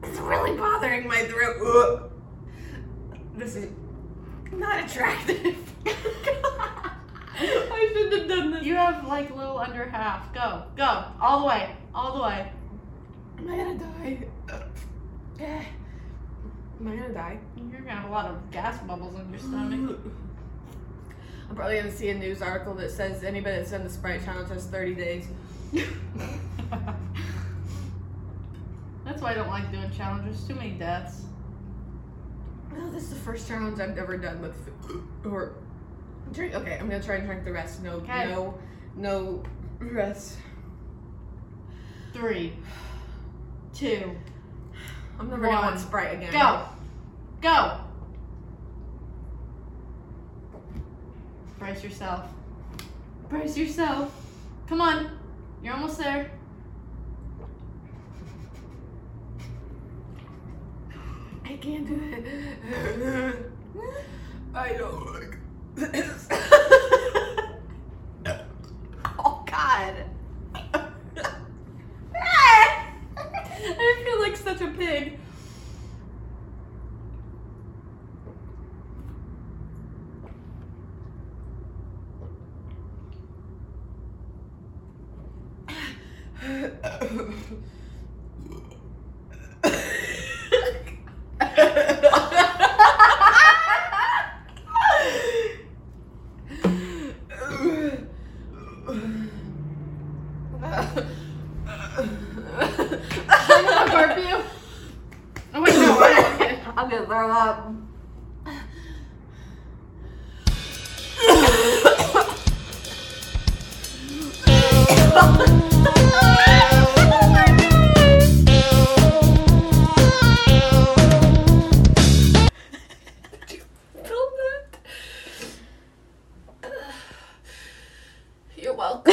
Speaker 2: it's really bothering my throat. This is not attractive. I shouldn't have done this.
Speaker 1: You have like a little under half. Go, go, all the way, all the way.
Speaker 2: Am I gonna die? Eh. Am I gonna die?
Speaker 1: You're gonna have a lot of gas bubbles in
Speaker 2: <laughs>
Speaker 1: your stomach.
Speaker 2: I'm probably gonna see a news article that says anybody that's in the Sprite challenge has 30 days.
Speaker 1: That's why I don't like doing challenges. Too many deaths.
Speaker 2: No, Oh, this is the first challenge I've ever done with food or drink. Okay, I'm gonna try and drink the rest. No,
Speaker 1: Okay.
Speaker 2: no, no rest.
Speaker 1: Three, two,
Speaker 2: I'm never gonna
Speaker 1: One.
Speaker 2: want Sprite again.
Speaker 1: go, go. Brace yourself. Brace yourself. Come on, you're almost there.
Speaker 2: I can't do it. <laughs> I don't like this. <laughs> oh God. <laughs> I feel like such a pig.
Speaker 1: I know, Garfield. Oh, wait, no, we're not good.
Speaker 2: I'm gonna throw up. You're welcome.